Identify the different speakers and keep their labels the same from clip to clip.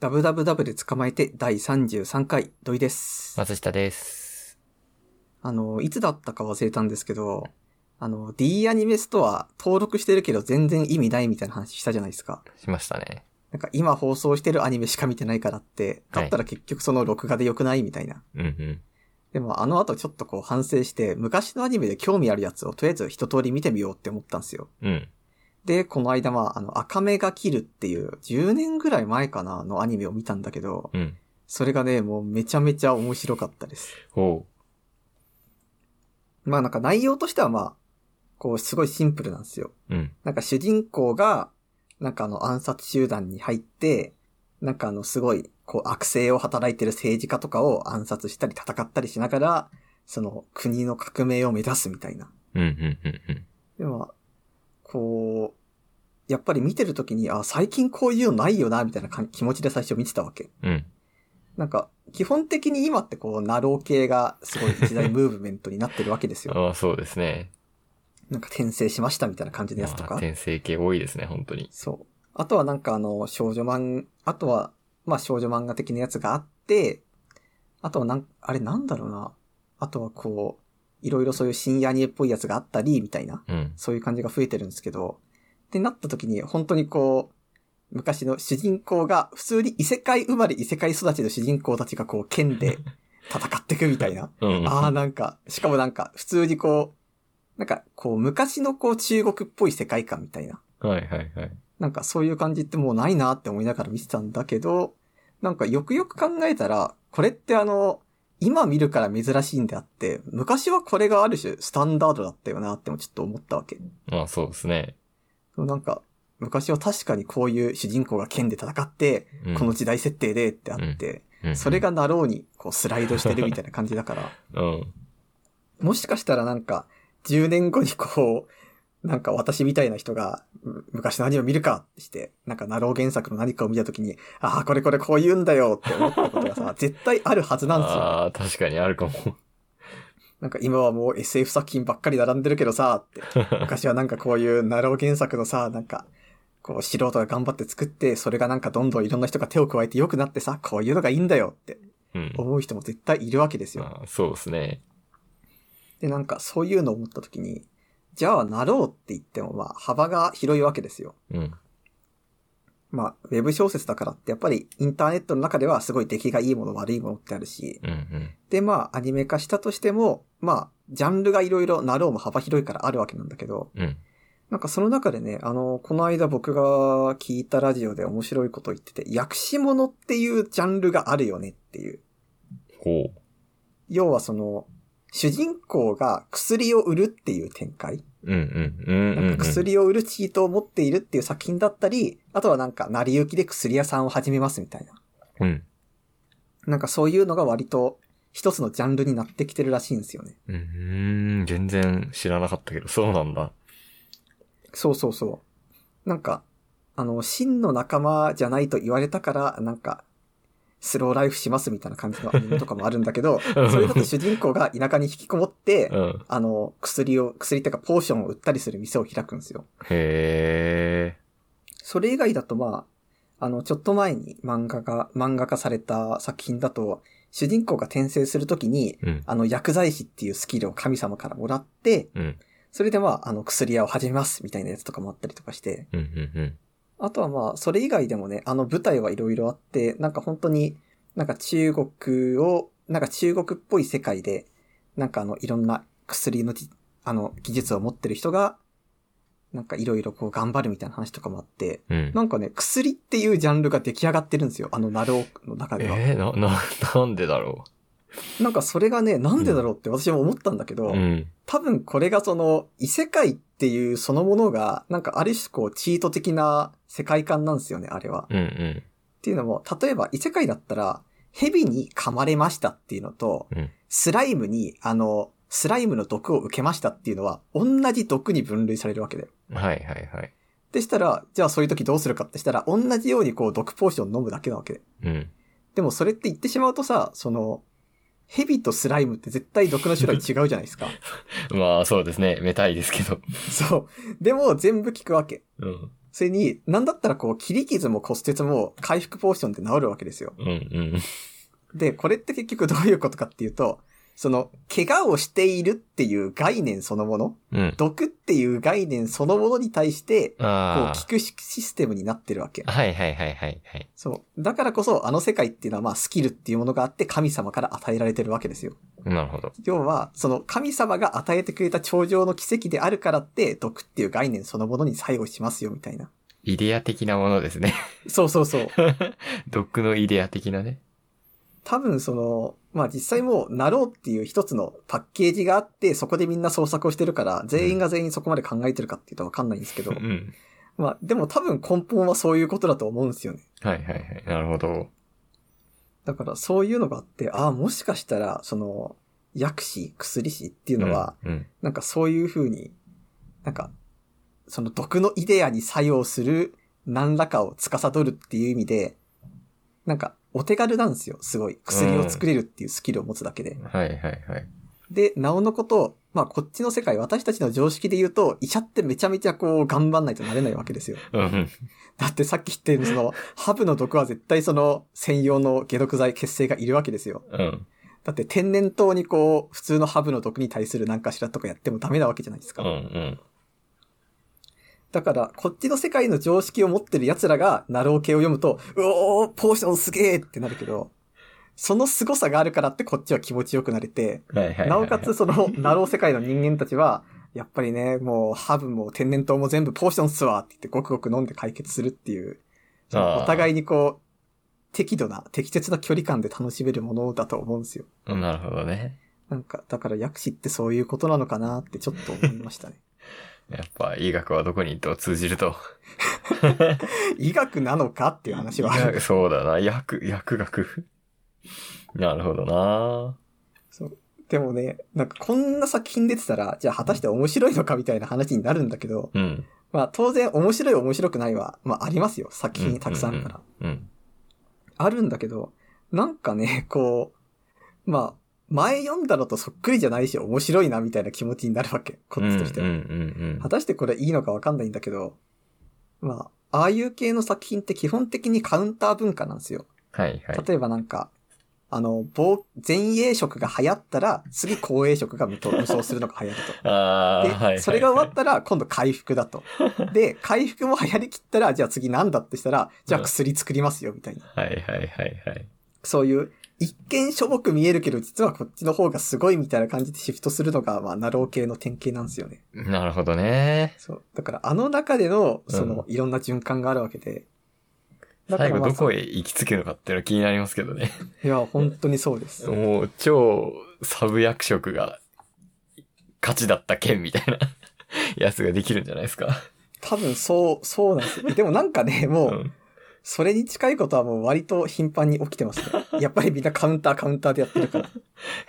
Speaker 1: ダブダブダブで捕まえて第33回、土井です。
Speaker 2: 松下です。
Speaker 1: あの、いつだったか忘れたんですけど、あの、D アニメストア登録してるけど全然意味ないみたいな話したじゃないですか。
Speaker 2: しましたね。
Speaker 1: なんか今放送してるアニメしか見てないからって、
Speaker 2: は
Speaker 1: だ
Speaker 2: い
Speaker 1: ったら結局その録画で良くないみたいな。
Speaker 2: うんうん。
Speaker 1: でもあの後ちょっとこう反省して、昔のアニメで興味あるやつをとりあえず一通り見てみようって思ったんですよ。
Speaker 2: うん。
Speaker 1: で、この間は、あの、赤目が切るっていう、10年ぐらい前かな、のアニメを見たんだけど、
Speaker 2: うん。
Speaker 1: それがね、もうめちゃめちゃ面白かったです。
Speaker 2: ほ
Speaker 1: まあなんか内容としてはまあ、こうすごいシンプルなんですよ。
Speaker 2: う。うん。
Speaker 1: なんか主人公が、なんかあの暗殺集団に入って、なんかあのすごい、こう悪性を働いてる政治家とかを暗殺したり戦ったりしながら、その国の革命を目指すみたいな。
Speaker 2: うんうんうんうん。
Speaker 1: でも、こう、やっぱり見てるときに、あ、最近こういうのないよな、みたいな感気持ちで最初見てたわけ。
Speaker 2: うん。
Speaker 1: なんか、基本的に今ってこう、ナロー系がすごい一大ムーブメントになってるわけですよ。
Speaker 2: ああ、そうですね。
Speaker 1: なんか転生しましたみたいな感じのやつと
Speaker 2: まあ
Speaker 1: か。
Speaker 2: 転生系多いですね、本当に。
Speaker 1: そう。あとはなんかあの、少女漫、あとは、まあ少女漫画的なやつがあって、あとはなん、あれなんだろうな。あとはこう、いろいろそういう深夜アニメっぽいやつがあったり、みたいな。
Speaker 2: うん。
Speaker 1: そういう感じが増えてるんですけど、ってなった時に、本当にこう、昔の主人公が、普通に異世界生まれ異世界育ちの主人公たちがこう、剣で戦っていくみたいな。
Speaker 2: うん。
Speaker 1: ああ、なんか、しかもなんか、普通にこう、なんか、こう、昔のこう、中国っぽい世界観みたいな。
Speaker 2: はいはいはい。
Speaker 1: なんか、そういう感じってもうないなって思いながら見てたんだけど、なんか、よくよく考えたら、これってあの、今見るから珍しいんであって、昔はこれがある種、スタンダードだったよなってもちょっと思ったわけ。
Speaker 2: まあそうですね。
Speaker 1: なんか、昔は確かにこういう主人公が剣で戦って、
Speaker 2: うん
Speaker 1: この時代設定でってあって、
Speaker 2: うん
Speaker 1: それがなろうにこうスライドしてるみたいな感じだから、
Speaker 2: うん。
Speaker 1: もしかしたらなんか、10年後にこう、なんか私みたいな人が、む昔のアニメを見るかってして、なんかナロー原作の何かを見たときに、ああ、これこれこう言うんだよって思ったことがさ、絶対あるはずなんですよ。
Speaker 2: ああ、確かにあるかも。
Speaker 1: なんか今はもう SF 作品ばっかり並んでるけどさ、って。昔はなんかこういうナロー原作のさ、なんか、こう素人が頑張って作って、それがなんかどんどんいろんな人が手を加えて良くなってさ、こういうのがいいんだよって
Speaker 2: うん。
Speaker 1: 思う人も絶対いるわけですよ。
Speaker 2: まあそうですね。
Speaker 1: で、なんかそういうのを思った時に、じゃあナローって言ってもまあ幅が広いわけですよ。
Speaker 2: うん。
Speaker 1: まあ、ウェブ小説だからってやっぱりインターネットの中ではすごい出来がいいもの悪いものってあるし、
Speaker 2: うんうん。
Speaker 1: でまあアニメ化したとしても、まあ、ジャンルがいろいろナローも幅広いからあるわけなんだけど、
Speaker 2: うん。
Speaker 1: なんかその中でね、あの、この間僕が聞いたラジオで面白いこと言ってて、訳し物っていうジャンルがあるよねっていう。
Speaker 2: ほ
Speaker 1: 要はその、主人公が薬を売るっていう展開。
Speaker 2: う。うんうんうんうん。
Speaker 1: なんか。薬を売るチートを持っているっていう作品だったり、あとはなんか成り行きで薬屋さんを始めますみたいな。
Speaker 2: うん。
Speaker 1: なんかそういうのが割と一つのジャンルになってきてるらしいんですよね。
Speaker 2: うーん。全然知らなかったけど、そうなんだ。
Speaker 1: そうそうそう。なんか、あの、真の仲間じゃないと言われたから、なんか、スローライフしますみたいな感じのアニメとかもあるんだけ ど、それだと主人公が田舎に引きこもって
Speaker 2: う、ん。
Speaker 1: あの、薬を、薬っていうかポーションを売ったりする店を開くんですよ。
Speaker 2: へえ。
Speaker 1: それ以外だとまあ、あの、ちょっと前に漫画が、漫画化された作品だと、主人公が転生するときに、
Speaker 2: うん。
Speaker 1: あの、薬剤師っていうスキルを神様からもらって、
Speaker 2: うん。
Speaker 1: それでまあ、あの、薬屋を始めますみたいなやつとかもあったりとかして、
Speaker 2: うんうんうん。
Speaker 1: あとはまあ、それ以外でもね、あの舞台はいろいろあって、なんか本当に、なんか中国を、なんか中国っぽい世界で、なんかあの、いろんな薬のじ、あの、技術を持ってる人が、なんかいろいろこう頑張るみたいな話とかもあって、
Speaker 2: うん。
Speaker 1: なんかね、薬っていうジャンルが出来上がってるんですよ、あのナローの中では。
Speaker 2: えー、な、な、 なんでだろ
Speaker 1: なんかそれがね、なんでだろうって私も思ったんだけ
Speaker 2: う。
Speaker 1: ど、
Speaker 2: うん。
Speaker 1: 多分これがその、異世界っていうそのものが、なんかある種こう、チート的な世界観なんですよね、あれは。
Speaker 2: うんうん。
Speaker 1: っていうのも、例えば異世界だったら、蛇に噛まれましたっていうのと、
Speaker 2: うん
Speaker 1: スライムに、あの、スライムの毒を受けましたっていうのは、同じ毒に分類されるわけだよ。
Speaker 2: はいはいはい。
Speaker 1: でしたら、じゃあそういう時どうするかってしたら、同じようにこう毒ポーション飲むだけなわけで。
Speaker 2: うん。
Speaker 1: でもそれって言ってしまうとさ、その、蛇とスライムって絶対毒の種類違うじゃないですか。
Speaker 2: まあそうですね。めたいですけど。
Speaker 1: そう。でも全部効くわけ。
Speaker 2: うん。
Speaker 1: それに、なんだったらこう、切り傷も骨折も回復ポーションで治るわけですよ。
Speaker 2: うんうん。
Speaker 1: で、これって結局どういうことかっていうと、その、怪我をしているっていう概念そのもの、
Speaker 2: うん。
Speaker 1: 毒っていう概念そのものに対して、こう
Speaker 2: あ、
Speaker 1: 効くシステムになってるわけ
Speaker 2: あ。。はいはいはいはいはい。
Speaker 1: そう。だからこそ、あの世界っていうのは、まあ、スキルっていうものがあって、神様から与えられてるわけですよ。
Speaker 2: なるほど。
Speaker 1: 要は、その神様が与えてくれた頂上の奇跡であるからって、毒っていう概念そのものに作用しますよ、みたいな。
Speaker 2: イデア的なものですね。
Speaker 1: そうそうそう。
Speaker 2: 毒のイデア的なね。
Speaker 1: 多分その、まあ実際もう、なろうっていう一つのパッケージがあって、そこでみんな創作をしてるから、全員が全員そこまで考えてるかっていうとわかんないんですけ
Speaker 2: う
Speaker 1: ど、
Speaker 2: ん。
Speaker 1: まあでも多分根本はそういうことだと思うんですよね。
Speaker 2: はいはいはい。なるほど。
Speaker 1: だからそういうのがあって、ああ、もしかしたら、その、薬師、薬師っていうのは、
Speaker 2: うん。
Speaker 1: なんかそういう風に、なんか、その毒のイデアに作用する何らかを司るっていう意味で、なんかお手軽なんですよ、すごい。薬を作れるっていうスキルを持つだけで
Speaker 2: う。んはいはいはい。
Speaker 1: で、なおのこと、まあこっちの世界、私たちの常識で言うと、医者ってめちゃめちゃこう頑張んないとなれないわけですよ。
Speaker 2: うん。
Speaker 1: だってさっき言ったようにその、ハブの毒は絶対その専用の解毒剤、血清がいるわけですよ。
Speaker 2: うん。
Speaker 1: だって天然痘にこう、普通のハブの毒に対する何かしらとかやってもダメなわけじゃないですか
Speaker 2: うん。。うん。
Speaker 1: だから、こっちの世界の常識を持ってる奴らが、ナロー系を読むと、うおー、ポーションすげーってなるけど、その凄さがあるからってこっちは気持ちよくなれて、
Speaker 2: はいはいはいはい。
Speaker 1: なおかつそ の、ナロー世界の人間たちは、やっぱりね、もう、ハブも天然痘も全部ポーションっすわって言って、ごくごく飲んで解決するっていう、その
Speaker 2: あー
Speaker 1: お互いにこう、適度な、適切な距離感で楽しめるものだと思うんですよ。
Speaker 2: うん。なるほどね。
Speaker 1: なんか、だから薬師ってそういうことなのかなってちょっと思いましたね。
Speaker 2: やっぱ医学はどこに行っても通じると。
Speaker 1: 医学なのかっていう話はある
Speaker 2: いやそうだな。薬、薬学。なるほどな。
Speaker 1: そう。でもね、なんかこんな作品出てたら、じゃあ果たして面白いのかみたいな話になるんだけど、
Speaker 2: うん。
Speaker 1: まあ当然面白い面白くないは、まあありますよ。作品たくさんあるから。
Speaker 2: うん。
Speaker 1: あるんだけど、なんかね、こう、まあ、前読んだのとそっくりじゃないし面白いなみたいな気持ちになるわけ。こっちとしては。
Speaker 2: うんうん
Speaker 1: 果たしてこれいいのかわかんないんだけど、まあ、ああいう系の作品って基本的にカウンター文化なんですよ。
Speaker 2: はいはい。
Speaker 1: 例えばなんか、あの、防前衛色が流行ったら、次後衛色が無と無双するのが流行ると。
Speaker 2: ああ、
Speaker 1: で、
Speaker 2: はいはい。
Speaker 1: それが終わ
Speaker 2: っ
Speaker 1: ったら、今度回復 だと。で、回復も流行りきったら、じゃあ次なんだってしたら、じゃあ薬作りますよ、みたいな。
Speaker 2: た。はいはいはいはい。
Speaker 1: そういう、一見しょぼく見えるけど、実はこっちの方がすごいみたいな感じでシフトするのが、まあ、ナロー系の典型なんですよね。
Speaker 2: なるほどね。
Speaker 1: そう。だから、あの中での、その、いろんな循環があるわけで。だか
Speaker 2: 最
Speaker 1: ら
Speaker 2: 後
Speaker 1: まあ
Speaker 2: どこへ行き着くのかっていうのは気になりますけどね。
Speaker 1: いや、本当にそうです。
Speaker 2: もう超サブ役職が勝ちだった剣みたいな やつができるんじゃないですか。
Speaker 1: 多分、そう、そうなんですよ。でもなんかね、もう、
Speaker 2: うん。
Speaker 1: それに近いことはもう割と頻繁に起きてますね。やっぱりみんなカウンターカウンターでやってるから。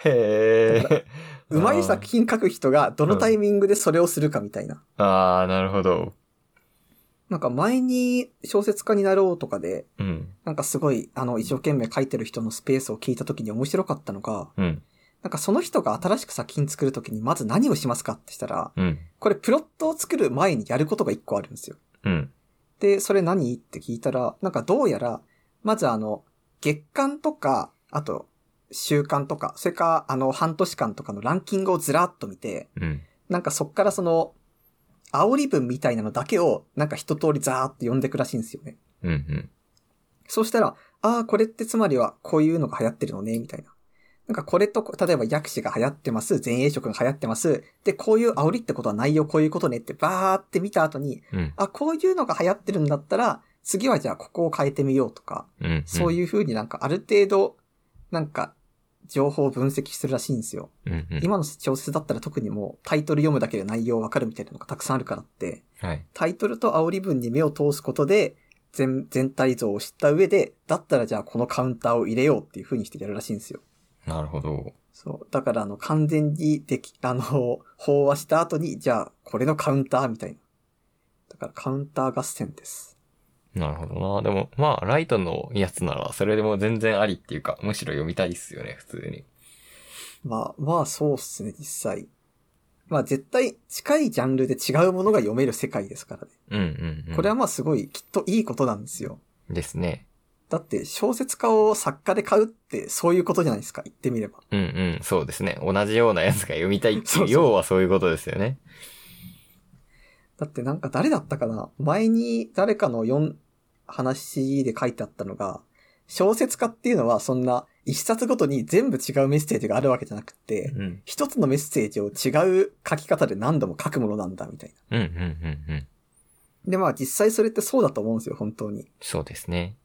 Speaker 2: へえ。
Speaker 1: うまい作品書く人がどのタイミングでそれをするかみたいな。
Speaker 2: ああ、なるほど。
Speaker 1: なんか前に小説家になろうとかで、
Speaker 2: うん。
Speaker 1: なんかすごい、あの、一生懸命書いてる人のスペースを聞いた時に面白かったのが、
Speaker 2: うん。
Speaker 1: なんかその人が新しく作品作る時にまず何をしますかってしたら、
Speaker 2: うん。
Speaker 1: これプロットを作る前にやることが一個あるんですよ。
Speaker 2: うん。
Speaker 1: で、それ何って聞いたら、なんかどうやら、まずあの、月間とか、あと、週間とか、それか、あの、半年間とかのランキングをずらっと見て、
Speaker 2: うん。
Speaker 1: なんかそっからその、煽り文みたいなのだけを、なんか一通りザーっと読んでくらしいんですよね。
Speaker 2: うん。うん。
Speaker 1: そうしたら、ああ、これってつまりはこういうのが流行ってるのね、みたいな。なんかこれとこ、例えば薬師が流行ってます、前衛色が流行ってます、で、こういう煽りってことはないよ、こういうことねってバーって見た後に、
Speaker 2: うん。
Speaker 1: あ、こういうのが流行ってるんだったら、次はじゃあここを変えてみようとか、
Speaker 2: うん。
Speaker 1: そういう風になんかある程度、なんか、情報を分析するらしいんですよ。
Speaker 2: うん。うん。
Speaker 1: 今の小説だったら特にもうタイトル読むだけで内容わかるみたいなのがたくさんあるからって、
Speaker 2: はい。
Speaker 1: タイトルと煽り文に目を通すことで、全、全体像を知った上で、だったらじゃあこのカウンターを入れようっていう風にしてやるらしいんですよ。
Speaker 2: なるほど。
Speaker 1: そう。だからあの、完全にでき、あの、飽和した後に、じゃあこれのカウンターみたいな。だからカウンター合戦です。
Speaker 2: なるほどな。でも、まあ、ライトのやつなら、それでも全然ありっていうか、むしろ読みたいっすよね、普通に。
Speaker 1: まあ、まあそうっすね、実際。まあ絶対近いジャンルで違うものが読める世界ですからね。
Speaker 2: うんうん、うん。
Speaker 1: これはまあすごいきっといいことなんですよ。
Speaker 2: ですね。
Speaker 1: だって小説家を作家で買うってそういうことじゃないですか。言ってみれば。
Speaker 2: うんうん、そうですね。同じようなやつが読みたいって
Speaker 1: そ
Speaker 2: いう
Speaker 1: そ
Speaker 2: う、
Speaker 1: う
Speaker 2: 要はそういうことですよね。
Speaker 1: だってなんか誰だったかな前に誰かの読ん、話で書いてあったのが、小説家っていうのはそんな一冊ごとに全部違うメッセージがあるわけじゃなくて、
Speaker 2: うん。
Speaker 1: 一つのメッセージを違う書き方で何度も書くものなんだみたいな。
Speaker 2: うんうんうんうん。
Speaker 1: でまあ実際それってそうだと思うんですよ、本当に。
Speaker 2: そうですね。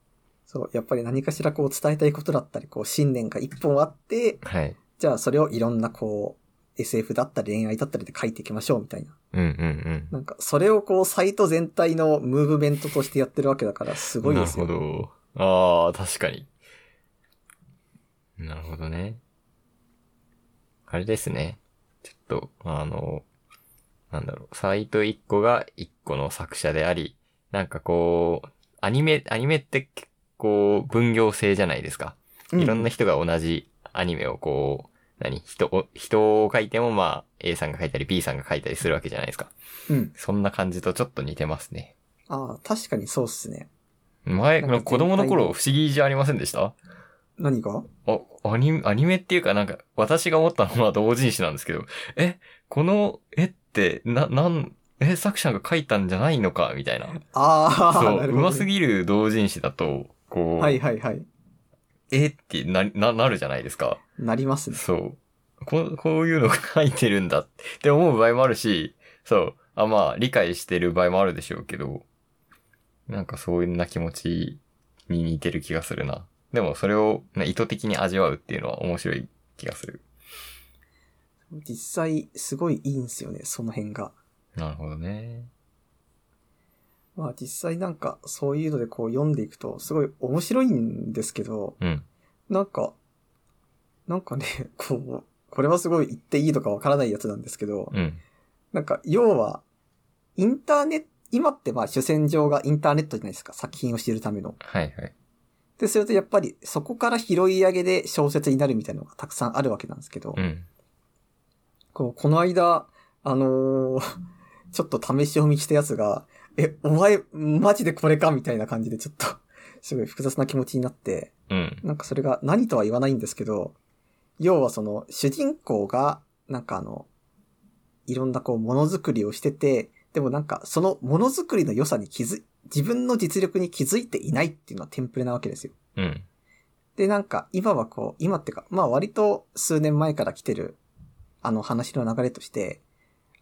Speaker 1: そう、やっぱり何かしらこう伝えたいことだったり、こう信念が一本あって、
Speaker 2: はい。
Speaker 1: じゃあそれをいろんなこう、SF だったり恋愛だったりで書いていきましょうみたいな。
Speaker 2: うんうんう。
Speaker 1: なんんかそれをこうサイト全体のムーブメントとしてやってるわけだからすごいですよ。
Speaker 2: なるほど。ああ、確かに。なるほどね。あれですね。ちょっと、あの、なんだろう、サイト1個が1個の作者であり、なんかこう、アニメ、アニメって結構分業制じゃないですか。
Speaker 1: う
Speaker 2: いろんな人が同じアニメをこう、何人を、人を書いてもまあ A さんが書いたり B さんが書いたりするわけじゃないですか。
Speaker 1: うん。
Speaker 2: そんな感じとちょっと似てますね。
Speaker 1: ああ、確かにそうっすね。
Speaker 2: 前、
Speaker 1: なんか全体
Speaker 2: 子供の頃不思議じゃありませんでした
Speaker 1: 何が
Speaker 2: あ、アニメ、アニメっていうかなんか、私が思ったのは同人誌なんですけど、え、この絵って、な、なん、え、作者が書いたんじゃないのかみたいな。
Speaker 1: ああ、
Speaker 2: そう、
Speaker 1: な
Speaker 2: う
Speaker 1: るほど、
Speaker 2: ま、すぎる同人誌だと、こう、
Speaker 1: はいはいはい。
Speaker 2: えってな、な、なるじゃないですか。
Speaker 1: なりますね。
Speaker 2: そう。ここういうのが書いてるんだって思う場合もあるし、そう。あ、まあ、理解してる場合もあるでしょうけど、なんかそういうな気持ちに似てる気がするな。でもそれをね意図的に味わうっていうのは面白い気がする。
Speaker 1: 実際すごいいいんすよね、その辺が。
Speaker 2: なるほどね。
Speaker 1: まあ実際なんかそういうのでこう読んでいくとすごい面白いんですけど、
Speaker 2: うん。
Speaker 1: なんか、なんかね、こう、これはすごい言っていいとかわからないやつなんですけど、
Speaker 2: うん。
Speaker 1: なんか要は、インターネット、今ってまあ主戦場がインターネットじゃないですか、作品を知るための。
Speaker 2: はいはい。
Speaker 1: で、それとやっぱりそこから拾い上げで小説になるみたいなのがたくさんあるわけなんですけど、
Speaker 2: うん。
Speaker 1: こうこの間、あのーちょっと試し読みしたやつが、え、お前、マジでこれかみたいな感じでちょっと、すごい複雑な気持ちになって、
Speaker 2: うん。
Speaker 1: なんかそれが何とは言わないんですけど、要はその主人公が、なんかあの、いろんなこうものづくりをしてて、でもなんかそのものづくりの良さに気づい、自分の実力に気づいていないっていうのはテンプレなわけですよ。
Speaker 2: うん。
Speaker 1: で、なんか今はこう、今ってか、まあ割と数年前から来てる、あの話の流れとして、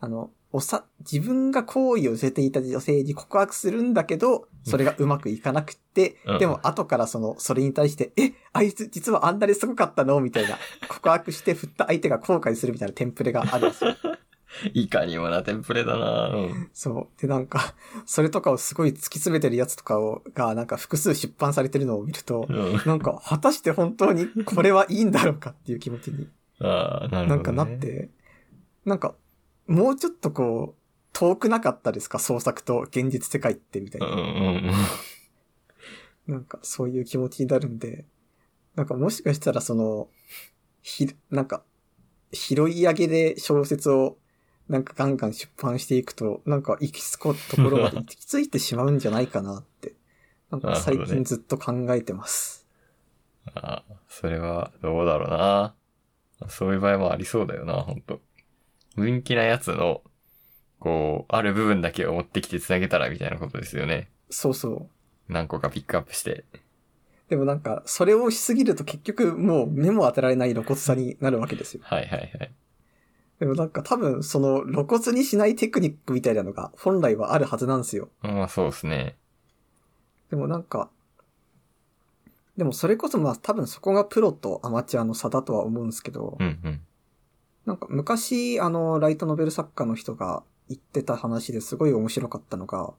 Speaker 1: あの、おさ、自分が好意を寄せていた女性に告白するんだけど、それがうまくいかなくって、
Speaker 2: うん
Speaker 1: でも後からその、それに対して、え、あいつ実はあんなにすごかったのみたいな、告白して振った相手が後悔するみたいなテンプレがあるん ですよ。
Speaker 2: いかにもなテンプレだなうん。
Speaker 1: そう。で、なんか、それとかをすごい突き詰めてるやつとかを、が、なんか複数出版されてるのを見ると、
Speaker 2: うん。
Speaker 1: なんか、果たして本当にこれはいいんだろうかっていう気持ちに
Speaker 2: ああ、 なるほ
Speaker 1: な
Speaker 2: ど、ね。
Speaker 1: んかなっ。て、なんか、もうちょっとこう、遠くなかったですか創作と現実世界ってみたい
Speaker 2: うんう
Speaker 1: な。
Speaker 2: ん
Speaker 1: なんかそういう気持ちになるんで、なんかもしかしたらその、ひ、なんか、拾い上げで小説をなんかガンガン出版していくと、なんか行き着くところまで行き着いてしまうんじゃないかなって、なんか最
Speaker 2: なるほど
Speaker 1: 近
Speaker 2: ね
Speaker 1: ずっと考えてます。
Speaker 2: うん。ああ、それはどうだろうな。そういう場合もありそうだよな、本当分岐なやつの、こう、ある部分だけを持ってきて繋げたらみたいなことですよね。
Speaker 1: そうそう。
Speaker 2: 何個かピックアップして。
Speaker 1: でもなんか、それをしすぎると結局もう目も当てられない露骨さになるわけですよ。
Speaker 2: はいはいはい。
Speaker 1: でもなんか多分その露骨にしないテクニックみたいなのが本来はあるはずなんですよ。
Speaker 2: まあそうですね。
Speaker 1: でもなんか、でもそれこそまあ多分そこがプロとアマチュアの差だとは思うんですけど
Speaker 2: う、んうん。
Speaker 1: なんか昔あのライトノベル作家の人が言ってた話ですごい面白かったのが、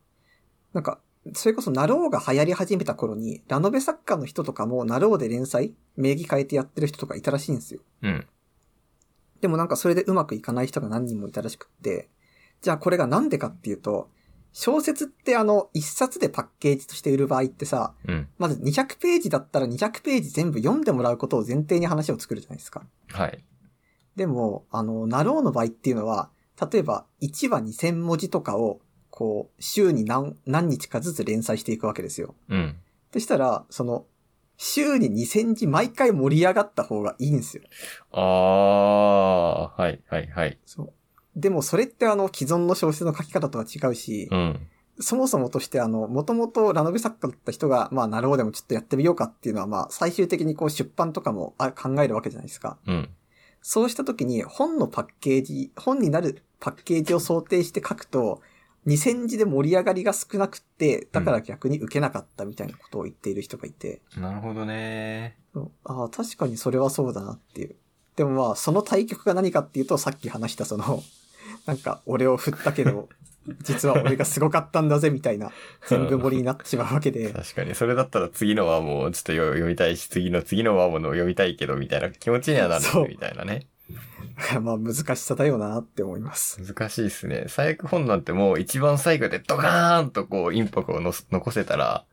Speaker 1: なんかそれこそナローが流行り始めた頃にラノベ作家の人とかもナローで連載名義変えてやってる人とかいたらしいんですよ。
Speaker 2: うん。
Speaker 1: でもなんかそれでうまくいかない人が何人もいたらしくって、じゃあこれがなんでかっていうと、小説ってあの、一冊でパッケージとして売る場合ってさ、
Speaker 2: うん。
Speaker 1: まず200ページだったら200ページ全部読んでもらうことを前提に話を作るじゃないですか。
Speaker 2: はい。
Speaker 1: でも、あの、ナローの場合っていうのは、例えば1話2000文字とかを、こう、週に何、何日かずつ連載していくわけですよ。
Speaker 2: うん。
Speaker 1: そしたら、その、週に2000字毎回盛り上がった方がいいんですよ。
Speaker 2: あー、はい、はい、はい。
Speaker 1: そう。でもそれってあの、既存の小説の書き方とは違うし、
Speaker 2: うん。
Speaker 1: そもそもとしてあの、もともとラノベ作家だった人が、まあ、なるほどでもちょっとやってみようかっていうのは、まあ、最終的にこう出版とかもあ考えるわけじゃないですか。
Speaker 2: うん。
Speaker 1: そうした時に本のパッケージ、本になるパッケージを想定して書くと、2000字で盛り上がりが少なくって、だから逆に受けなかったみたいなことを言っている人がいて、
Speaker 2: なるほどね。
Speaker 1: そうああ、確かにそれはそうだなっていう。でもまあ、その対局が何かっていうと、さっき話したその、 なんか俺を振ったけど、 実は俺がすごかったんだぜみたいな、全部盛りになってしまうわけで、
Speaker 2: 確かに、それだったら次のはもうちょっとよ読みたいし、次の次のはもの読みたいけど、みたいな気持ちにはなる
Speaker 1: そう
Speaker 2: みたいなね。
Speaker 1: だからまあ難しさだよなって思います。
Speaker 2: 難しいですね。最悪本なんてもう一番最後でドカーンとこうインパクトをのす残せたら、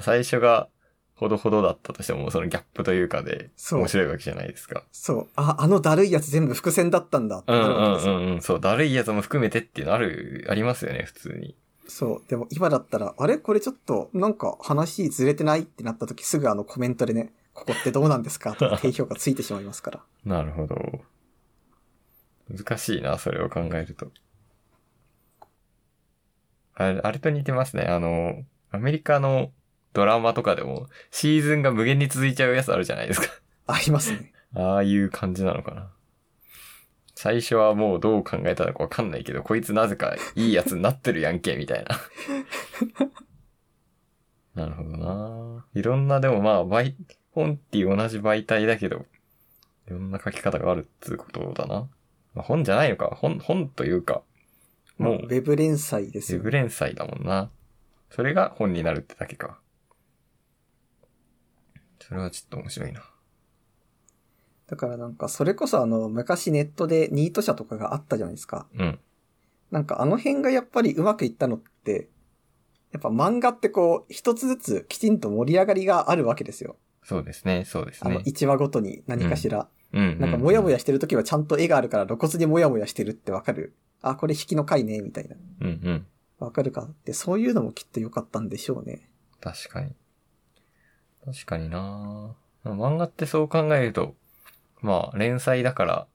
Speaker 2: 最初がほどほどだったとしても、そのギャップというかで、
Speaker 1: そう
Speaker 2: 面白いわけじゃないですか。
Speaker 1: そう、あ、あのだるいやつ全部伏線だったんだって
Speaker 2: うん
Speaker 1: な
Speaker 2: う
Speaker 1: るわけ
Speaker 2: ん
Speaker 1: ですよ
Speaker 2: うんうん。そう、だるいやつも含めてっていうのある、ありますよね、普通に。
Speaker 1: そう。でも今だったら、あれこれちょっと、なんか話ずれてないってなった時すぐあのコメントでね、ここってどうなんですかとか低評価ついてしまいますから。
Speaker 2: なるほど。難しいな、それを考えると。あれ、あれと似てますね。あの、アメリカのドラマとかでも、シーズンが無限に続いちゃうやつあるじゃないですか。
Speaker 1: ありますね。
Speaker 2: ああいう感じなのかな。最初はもうどう考えたのかわかんないけど、こいつなぜかいいやつになってるやんけ、みたいな。 なるほどないろんな、でもまあ、媒、本っていう同じ媒体だけど、いろんな書き方があるっつうことだな。まあ、本じゃないのか。本、本というか、 も
Speaker 1: も
Speaker 2: う
Speaker 1: う、ウェブ連載です
Speaker 2: ウェ
Speaker 1: よ
Speaker 2: ブ。連載だもんな。それが本になるってだけか。それはちょっと面白いな。
Speaker 1: だからなんか、それこそあの、昔ネットでニート社とかがあったじゃないですか。
Speaker 2: うん。
Speaker 1: なんかあの辺がやっぱりうまくいったのって、やっぱ漫画ってこう、一つずつきちんと盛り上がりがあるわけですよ。
Speaker 2: そうですね、そうです
Speaker 1: あ
Speaker 2: ね
Speaker 1: の、。1話ごとに何かしら。
Speaker 2: うん
Speaker 1: なんかモヤモヤしてる時はちゃんと絵があるから露骨にモヤモヤしてるってわかる。あ、これ引きの回ね、みたいな。
Speaker 2: うんうん。
Speaker 1: わかるかって、そういうのもきっと良かったんでしょうね。
Speaker 2: 確かに。確かにな漫画ってそう考えると、まあ、連載だから、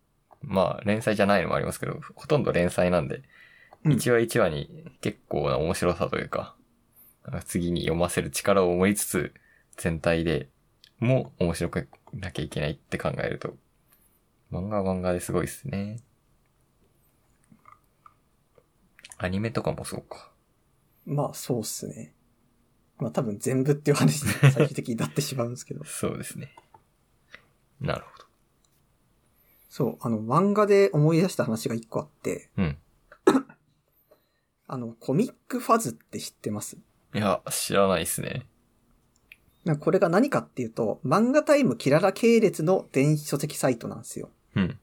Speaker 2: まあ、連載じゃないのもありますけど、ほとんど連載なんで、
Speaker 1: うん
Speaker 2: 一話一話に結構な面白さというか、なんか次に読ませる力を思いつつ、全体でも面白くなきゃいけないって考えると、漫画は漫画ですごいですね。アニメとかもそうか。。
Speaker 1: まあ、そうっすね。まあ、多分全部っていう話に最終的になってしまうんですけど
Speaker 2: そうですね。なるほど。
Speaker 1: そう、あの、漫画で思い出した話が一個あって、
Speaker 2: うん。
Speaker 1: あの、コミックファズって知ってます
Speaker 2: いや、知らないっすね。
Speaker 1: なんかこれが何かっていうと、漫画タイムキララ系列の電子書籍サイトなんですよ。
Speaker 2: うん。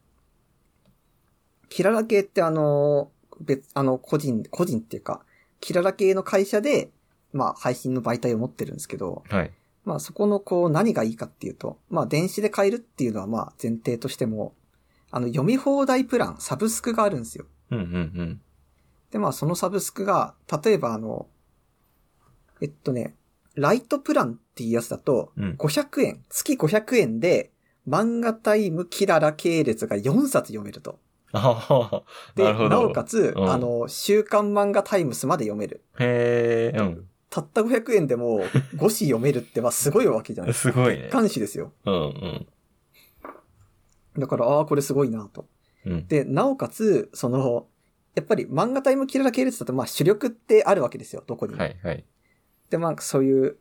Speaker 1: キララ系ってあの、別、あの、個人、個人っていうか、キララ系の会社で、まあ、配信の媒体を持ってるんですけど、
Speaker 2: はい。
Speaker 1: まあそこのこう何がいいかっていうと、まあ電子で買えるっていうのはまあ前提としても、あの読み放題プラン、サブスクがあるんですよ。
Speaker 2: うんうん
Speaker 1: でまあそのサブスクが、例えばあの、えっとね、ライトプランっていうやつだと、
Speaker 2: うん。うん。
Speaker 1: 500円、月500円で漫画タイムキララ系列が4冊読めると。
Speaker 2: ああ、
Speaker 1: で、
Speaker 2: なるほど。
Speaker 1: なおかつ、
Speaker 2: うん
Speaker 1: あの、週刊漫画タイムスまで読める。
Speaker 2: へえ、う
Speaker 1: たった500円でも5紙読めるってまあすごいわけじゃない
Speaker 2: ん。
Speaker 1: ですか。
Speaker 2: すごいね。
Speaker 1: 監視ですよ。
Speaker 2: うんうん。
Speaker 1: だから、ああ、これすごいなと。
Speaker 2: うん。
Speaker 1: で、なおかつ、その、やっぱり漫画タイムキララ系列だと、まあ主力ってあるわけですよ、どこにも。
Speaker 2: はいはい。
Speaker 1: で、まあそういう、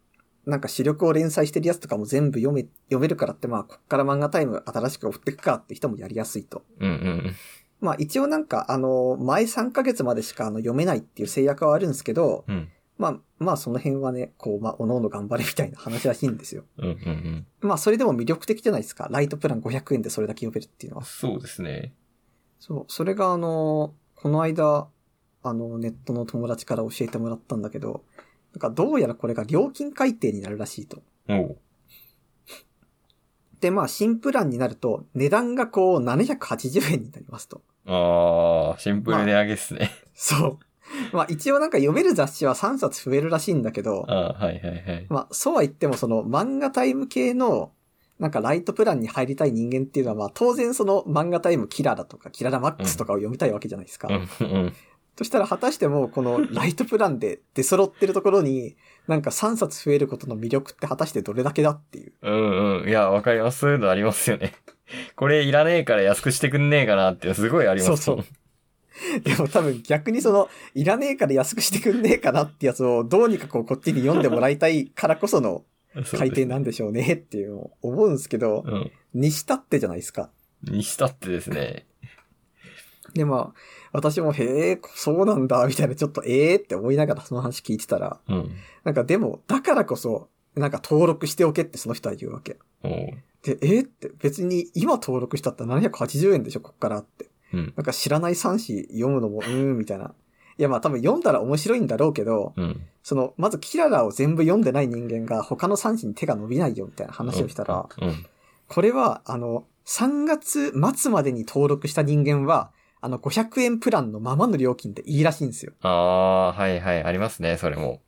Speaker 1: なんか主力を連載してるやつとかも全部読め、読めるからって、まあこっから漫画タイム新しく追っていくかって人もやりやすいと。
Speaker 2: うんうん
Speaker 1: まあ一応なんか、あの、前3ヶ月までしかあの読めないっていう制約はあるんですけど、
Speaker 2: うん。うん。
Speaker 1: まあ、まあその辺はね、こう、まあ、おのおの頑張れみたいな話らしいんですよ。
Speaker 2: うんうん
Speaker 1: まあそれでも魅力的じゃないですか。ライトプラン500円でそれだけ読めるっていうの
Speaker 2: うん。
Speaker 1: は。
Speaker 2: そうですね。
Speaker 1: そう、それがあの、この間、あの、ネットの友達から教えてもらったんだけど、なんかどうやらこれが料金改定になるらしいと。
Speaker 2: おう。
Speaker 1: で、まあ、新プランになると、値段がこう、780円になりますと。
Speaker 2: あー、シンプル値上げっすね。
Speaker 1: そう。まあ、一応なんか読める雑誌は3冊増えるらしいんだけど、
Speaker 2: あー、はいはいはい。
Speaker 1: まあ、そうは言ってもその漫画タイム系の、なんかライトプランに入りたい人間っていうのは、まあ、当然その漫画タイムキララとか、キララマックスとかを読みたいわけじゃないですか。
Speaker 2: うんうん。
Speaker 1: そしたら果たしてもうこのライトプランで出揃ってるところに、なんか3冊増えることの魅力って果たしてどれだけだっていう。
Speaker 2: うんうん。いや、わかります。そういうのありますよね。 これいらねえから安くしてくんねえかなってすごいありますもん
Speaker 1: そう でも多分逆にその、いらねえから安くしてくんねえかなってやつをどうにかこうこっちに読んでもらいたいからこその
Speaker 2: そう
Speaker 1: 改
Speaker 2: です
Speaker 1: 定なんでしょうねっていうのを思うんですけど、
Speaker 2: うん。
Speaker 1: にしたってじゃないですか。
Speaker 2: にしたってですね。
Speaker 1: で、まあ、私もへえ、そうなんだ、みたいなちょっとええって思いながらその話聞いてたら、
Speaker 2: うん。
Speaker 1: なんかでも、だからこそ、なんか登録しておけってその人は言うわけ。
Speaker 2: おう
Speaker 1: で、えーって、別に今登録したったら780円でしょ、こっからって。
Speaker 2: うん。
Speaker 1: なんか知らない3詞読むのも、うーん、みたいな。いや、まあ多分読んだら面白いんだろうけど、
Speaker 2: うん。
Speaker 1: その、まずキララを全部読んでない人間が他の3詞に手が伸びないよ、みたいな話をしたら、
Speaker 2: うん。
Speaker 1: これは、あの、3月末までに登録した人間は、あの、500円プランのままの料金っていいらしいんですよ。
Speaker 2: ああー、はいはい。ありますね、それも。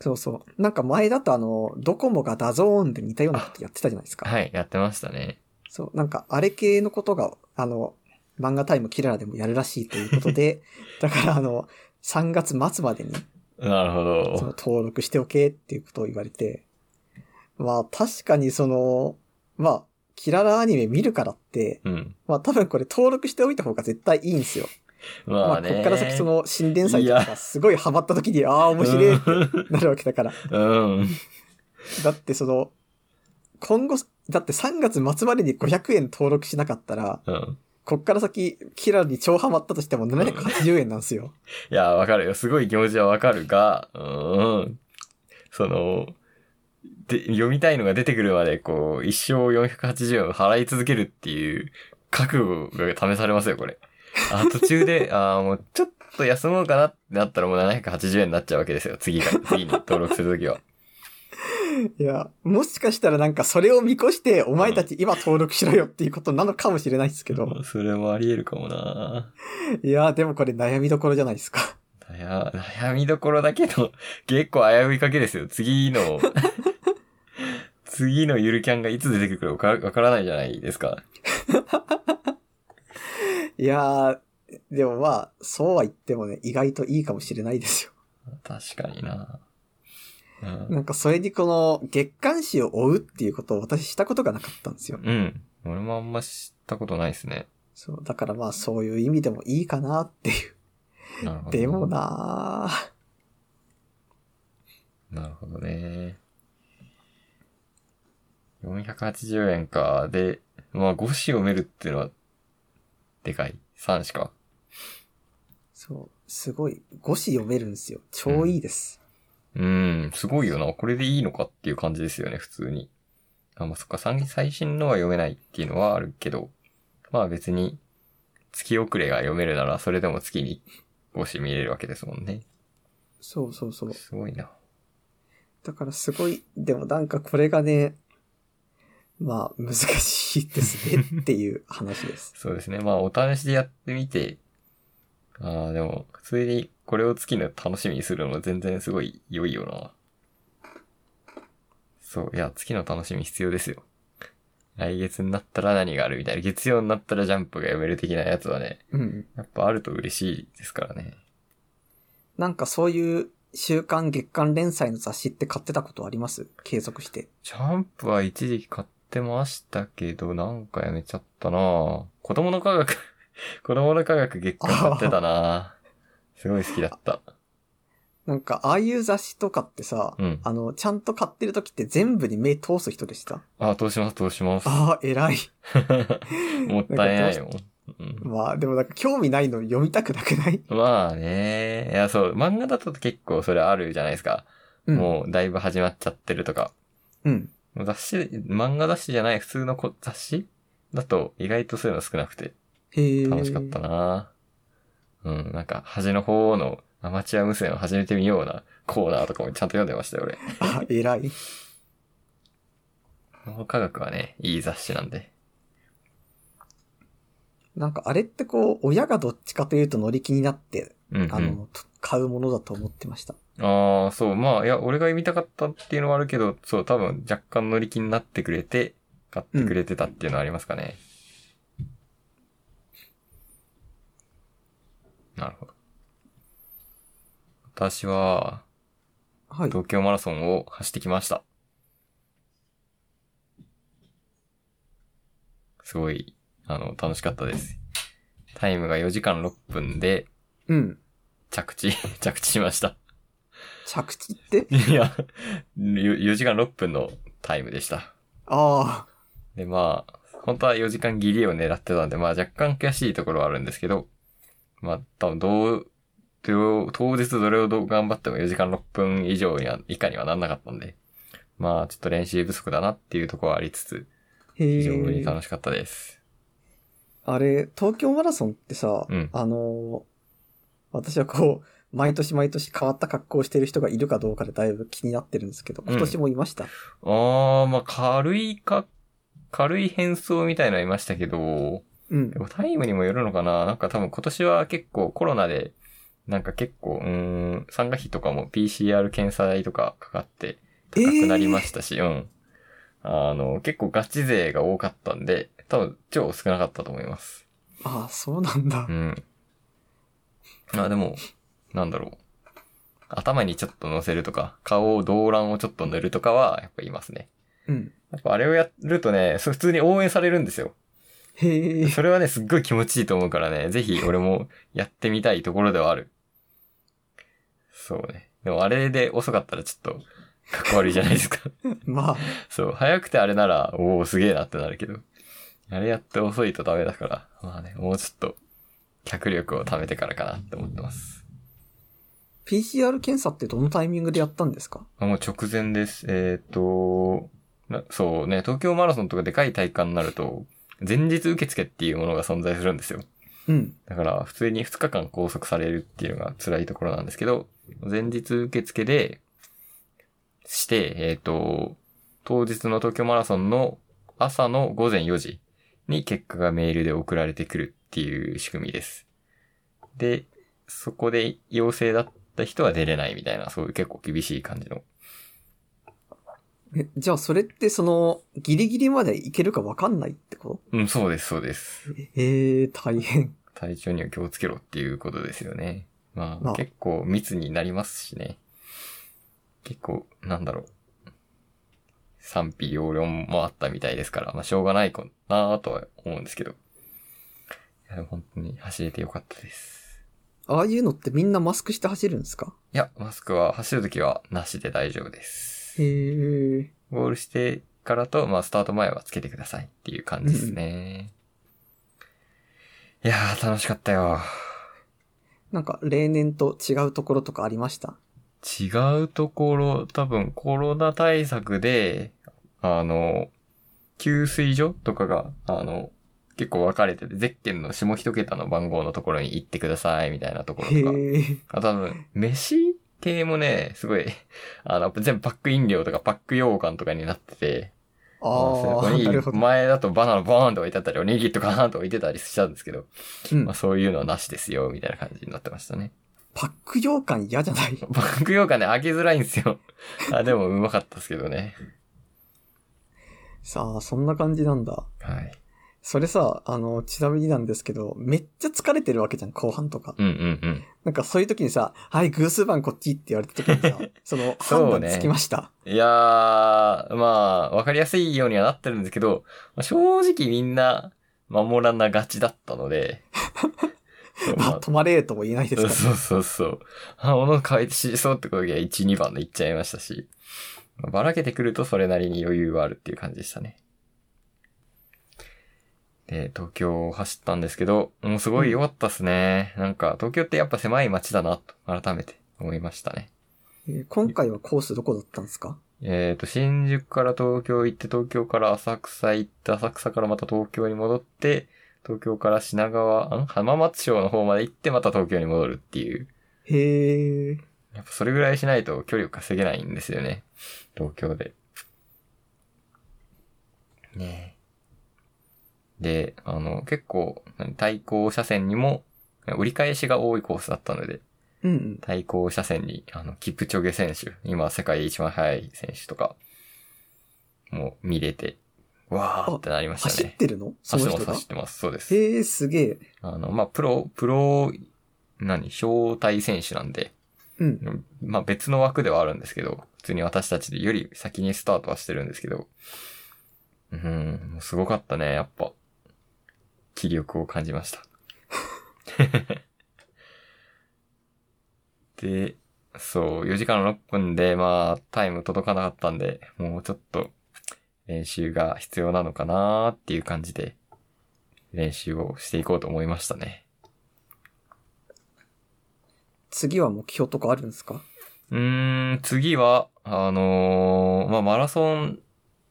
Speaker 1: そうそう。なんか前だとあの、ドコモがダゾーンで似たようなことやってたじゃないですか。
Speaker 2: はい、やってましたね。
Speaker 1: そう、なんかあれ系のことが、あの、漫画タイムキララでもやるらしいということで、だからあの、3月末までに
Speaker 2: なるほ
Speaker 1: その
Speaker 2: ど。
Speaker 1: 登録しておけっていうことを言われて、まあ確かにその、まあ、キララアニメ見るからって、
Speaker 2: うん。
Speaker 1: まあ多分これ登録しておいた方が絶対いいんですよ。
Speaker 2: ま
Speaker 1: ま
Speaker 2: あ
Speaker 1: あ
Speaker 2: ね。
Speaker 1: こっから先その新連載
Speaker 2: い
Speaker 1: と
Speaker 2: や
Speaker 1: かすごいハマった時に、ああ面白いってなるわけだから。
Speaker 2: うん。うん。
Speaker 1: だってその、今後、だって3月末までに500円登録しなかったら、
Speaker 2: うん。
Speaker 1: こっから先、キラに超ハマったとしても780円なんですよ。
Speaker 2: いや、わかるよ。すごい気持ちはわかるが、うん。その、で、読みたいのが出てくるまで、こう、一生480円を払い続けるっていう覚悟が試されますよ、これ。あ、途中で、あーもう、ちょっと休もうかなってなったらもう780円になっちゃうわけですよ。次が、次に登録するときは。
Speaker 1: いや、もしかしたらなんかそれを見越して、お前たち今登録しろよっていうことなのかもしれないですけど。
Speaker 2: それもあり得るかもない
Speaker 1: や、でもこれ悩みどころじゃないですか。
Speaker 2: 悩悩みどころだけど、 結構危ういかけですよ。次の、次のゆるキャンがいつ出てくるかわかわからないじゃないですか。
Speaker 1: いやー、でもまあ、そうは言ってもね、意外といいかもしれないですよ。
Speaker 2: 確かになうん。
Speaker 1: なんかそれにこの月刊誌を追うっていうことを私したことがなかったんですよ。
Speaker 2: うん。俺もあんま知ったことないですね。
Speaker 1: そう、だからまあそういう意味でもいいかなっていう。
Speaker 2: なるほど。
Speaker 1: でも。なー。
Speaker 2: なるほどね。480円か。で、まあ5子を埋めるっていうのは、でかい。3しか。
Speaker 1: そう、すごい、語詞読めるんですよ。超いいです。
Speaker 2: うん、すごいよな。これでいいのかっていう感じですよね、普通に。あ、まあ、そっか、最最新のは読めないっていうのはあるけど、まあ別に、月遅れが読めるなら、それでも月に5し見れるわけですもんね。
Speaker 1: そうそうそう。
Speaker 2: すごいな。
Speaker 1: だからすごい、でもなんかこれがね、まあ難しいですねっていう話です。
Speaker 2: そうですね。まあ、お試しでやってみて、ああ、でも、普通にこれを月の楽しみにするの全然すごい良いよな。そう、いや、月の楽しみ必要ですよ。来月になったら何があるみたいな。月曜になったらジャンプが読める的なやつはね、
Speaker 1: うん。
Speaker 2: やっぱあると嬉しいですからね。
Speaker 1: なんかそういう週刊月刊連載の雑誌って買ってたことあります継続して。
Speaker 2: ジャンプは一時期買ってましたけど、なんかやめちゃったなぁ子供の科学、 子供の科学月間買ってたなぁすごい好きだった。
Speaker 1: なんかああいう雑誌とかってさ、
Speaker 2: うん。
Speaker 1: あの、ちゃんと買ってる時って全部に目通す人でした。
Speaker 2: あ、どうします、どうします。
Speaker 1: ああ、偉い。
Speaker 2: もったいないよ。うん
Speaker 1: まあでもなんか興味ないの読みたくなくない、
Speaker 2: まあね。いや、そう、漫画だと結構それあるじゃないですか。
Speaker 1: うん、
Speaker 2: もうだいぶ始まっちゃってるとか。
Speaker 1: うん。
Speaker 2: 雑誌、漫画雑誌じゃない普通のこ雑誌だと意外とそういうの少なくて
Speaker 1: へえ。
Speaker 2: 楽しかったな、うん、なんか端の方のアマチュア無線を始めてみようなコーナーとかもちゃんと読んでましたよ、俺。
Speaker 1: あ、偉い。
Speaker 2: な保科学はね、いい雑誌なんで。
Speaker 1: なんかあれってこう、親がどっちかというと乗り気になって、
Speaker 2: うん、うん。
Speaker 1: あの、と買うものだと思ってました。
Speaker 2: ああ、そう、まあ、いや、俺が読みたかったっていうのはあるけど、そう、多分若干乗り気になってくれて、買ってくれてたっていうのはありますかね。なるほど。私は、
Speaker 1: はい。
Speaker 2: 東京マラソンを走ってきました。すごい、あの、楽しかったです。タイムが4時間6分で、
Speaker 1: うん。
Speaker 2: 着地、 着地しました。
Speaker 1: 着地って
Speaker 2: いや、よ4時間6分のタイムでした。
Speaker 1: ああ、
Speaker 2: で、まあ、本当は4時間ギリを狙ってたんで、まあ若干悔しいところはあるんですけど、まあ多分どう、どう当日どれをどう頑張っても4時間6分以上には、以下にはなんなかったんで、まあちょっと練習不足だなっていうところはありつつ、
Speaker 1: へ
Speaker 2: 非常に
Speaker 1: え。
Speaker 2: 楽しかったです。
Speaker 1: あれ、東京マラソンってさ、
Speaker 2: うん
Speaker 1: あのー、私はこう、毎年毎年変わった格好をしてる人がいるかどうかでだいぶ気になってるんですけど、
Speaker 2: うん
Speaker 1: 今年もいました。
Speaker 2: あー、まあ軽いか、軽い変装みたいなのいましたけど、
Speaker 1: うん
Speaker 2: で。もタイムにもよるのかななんか多分今年は結構コロナで、なんか結構、うーん、参加費とかも PCR 検査代とかかかって
Speaker 1: え
Speaker 2: 高くなりましたし、うん。あの、結構ガチ勢が多かったんで、多分超少なかったと思います。
Speaker 1: ーああ、そうなんだ
Speaker 2: う。ん。あ、でも、なんだろう。頭にちょっと乗せるとか、顔を動乱をちょっと塗るとかは、やっぱいますね。
Speaker 1: うん。
Speaker 2: やっぱあれをやるとね、そう普通に応援されるんですよ。
Speaker 1: へえ。
Speaker 2: それはね、すっごい気持ちいいと思うからね、ぜひ俺もやってみたいところではある。そうね。でもあれで遅かったらちょっと、かっこ悪いじゃないですか。
Speaker 1: まあ、
Speaker 2: そう、早くてあれなら、おおすげえなってなるけど、あれやって遅いとダメだから、まあね、もうちょっと、脚力を貯めてからかなって思ってます。
Speaker 1: PCR 検査ってどのタイミングでやったんですか
Speaker 2: あもう直前です。えっ、となそうね、東京マラソンとかでかい大会になると、前日受付っていうものが存在するんですよ。
Speaker 1: うん。
Speaker 2: だから、普通に2日間拘束されるっていうのが辛いところなんですけど、前日受付で、して、えっ、と、当日の東京マラソンの朝の午前4時に結果がメールで送られてくるっていう仕組みです。で、そこで陽性だった人は出れないみたいな、そういう結構厳しい感じの。
Speaker 1: え、じゃあそれってその、ギリギリまでいけるかわかんないってこ
Speaker 2: うん、そうです、そうです。
Speaker 1: とへえ、大変。
Speaker 2: 体調には気をつけろっていうことですよね。まあ、
Speaker 1: まあ
Speaker 2: 結構密になりますしね。結構、なんだろう。賛否両論もあったみたいですから、まあ、しょうがないかなとは思うんですけど。いや、でも本当に走れてよかったです。
Speaker 1: ああいうのってみんなマスクして走るんですか
Speaker 2: いや、マスクは走るときはなしで大丈夫です。
Speaker 1: へえ。
Speaker 2: ゴールしてからと、まあ、スタート前はつけてくださいっていう感じですね。いやー、楽しかったよ。
Speaker 1: なんか例年と違うところとかありました
Speaker 2: 違うところ、多分コロナ対策で、あの、給水所とかが、あの、結構分かれてて、ゼッケンの下一桁の番号のところに行ってください、みたいなところ
Speaker 1: へ
Speaker 2: とか。
Speaker 1: え。
Speaker 2: あと多分、飯系もね、すごい、あの、全部パック飲料とかパック羊羹とかになってて、
Speaker 1: あ
Speaker 2: お
Speaker 1: あ、
Speaker 2: に ぎ
Speaker 1: な
Speaker 2: り
Speaker 1: るほど。
Speaker 2: 前だとバナナボーンと置いてあったり、おにぎりとかーンと置いてたりしたんですけど、
Speaker 1: うん
Speaker 2: まあ、そういうのはなしですよ、みたいな感じになってましたね。
Speaker 1: パック羊羹嫌じゃない
Speaker 2: バック用かね、開けづらいんですよ。あ、でもうまかったですけどね。
Speaker 1: さあ、そんな感じなんだ。
Speaker 2: はい。
Speaker 1: それさ、あの、ちなみになんですけど、めっちゃ疲れてるわけじゃん、後半とか。
Speaker 2: うんうんうん。
Speaker 1: なんかそういう時にさ、はい、偶数番こっちって言われた時に さ、その、
Speaker 2: そうね
Speaker 1: 判断つきました。
Speaker 2: いやー、まあ、わかりやすいようにはなってるんですけど、まあ正直みんな守らながちだったので、そう
Speaker 1: まあ、止まれとも言えないです
Speaker 2: そう
Speaker 1: から。
Speaker 2: そうそうそう。あ、おの乾いて死にそうってことで1、2番で行っちゃいましたし、まあばらけてくるとそれなりに余裕はあるっていう感じでしたね。で、東京を走ったんですけど、もうすごい良かったっすね。なんか、東京ってやっぱ狭い街だな、と改めて思いましたね。
Speaker 1: えー今回はコースどこだったんですか
Speaker 2: えっ、と、新宿から東京行って、東京から浅草行って、浅草からまた東京に戻って、東京から品川、ん浜松町の方まで行って、また東京に戻るっていう。
Speaker 1: へえ。
Speaker 2: やっぱそれぐらいしないと距離を稼げないんですよね。東京で。ねで、あの、結構、何対向車線にも、折り返しが多いコースだったので、
Speaker 1: うんうん。
Speaker 2: 対向車線に、あの、キプチョゲ選手、今世界で一番速い選手とか、もう見れて、わーってなりました
Speaker 1: 走っ
Speaker 2: ね。
Speaker 1: てるのその
Speaker 2: 走っ
Speaker 1: 人
Speaker 2: てます、
Speaker 1: が
Speaker 2: 走ってます。そうです。
Speaker 1: へえ、すげえ。
Speaker 2: あの、まあ、プロ、プロ、何、招待選手なんで、
Speaker 1: うん。
Speaker 2: まあ、別の枠ではあるんですけど、普通に私たちでより先にスタートはしてるんですけど、うん、もうすごかったね、やっぱ。気力を感じました。 で、そう、4時間6分で、まあ、タイム届かなかったんで、もうちょっと、練習が必要なのかなーっていう感じで、練習をしていこうと思いましたね。
Speaker 1: 次は目標とかあるんですか
Speaker 2: うーん、次は、あのーまあ、マラソン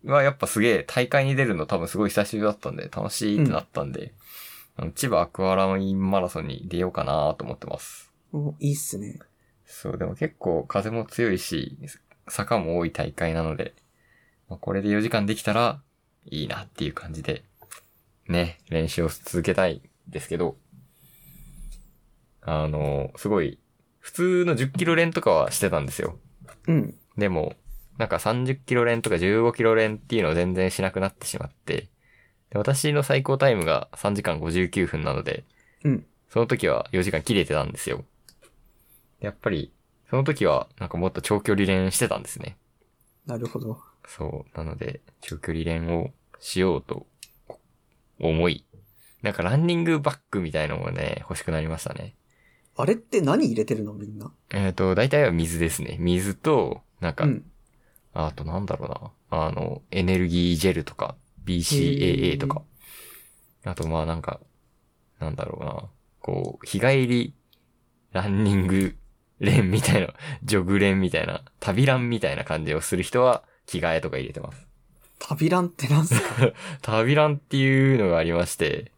Speaker 2: はやっぱすげえ、大会に出るの多分すごい久しぶりだったんで、楽しいってなったんで、あの千葉アクアラインマラソンに出ようかなと思ってます。
Speaker 1: おいいっすね。
Speaker 2: そう、でも結構風も強いし、坂も多い大会なので、まあ、これで4時間できたらいいなっていう感じで、ね、練習を続けたいんですけど、あのーすごい、普通の10キロ練とかはしてたんですよ。
Speaker 1: うん。
Speaker 2: でも、なんか30キロ連とか15キロ連っていうのを全然しなくなってしまって、で私の最高タイムが3時間59分なので、
Speaker 1: うん
Speaker 2: その時は4時間切れてたんですよ。でやっぱり、その時はなんかもっと長距離連してたんですね。
Speaker 1: なるほど。
Speaker 2: そう。なので、長距離連をしようと思い、なんかランニングバッグみたいのもね、欲しくなりましたね。
Speaker 1: あれって何入れてるのみんな。
Speaker 2: えっ、と、大体は水ですね。水と、なんか
Speaker 1: うん。
Speaker 2: あとなんだろうな。あの、エネルギージェルとか、BCAA とか。あとまあなんか、なんだろうな。こう、日帰り、ランニング、連みたいな、 ジョグ連みたいな、旅ランみたいな感じをする人は、着替えとか入れてます。
Speaker 1: 旅ランってなんすか
Speaker 2: 旅ランっていうのがありまして、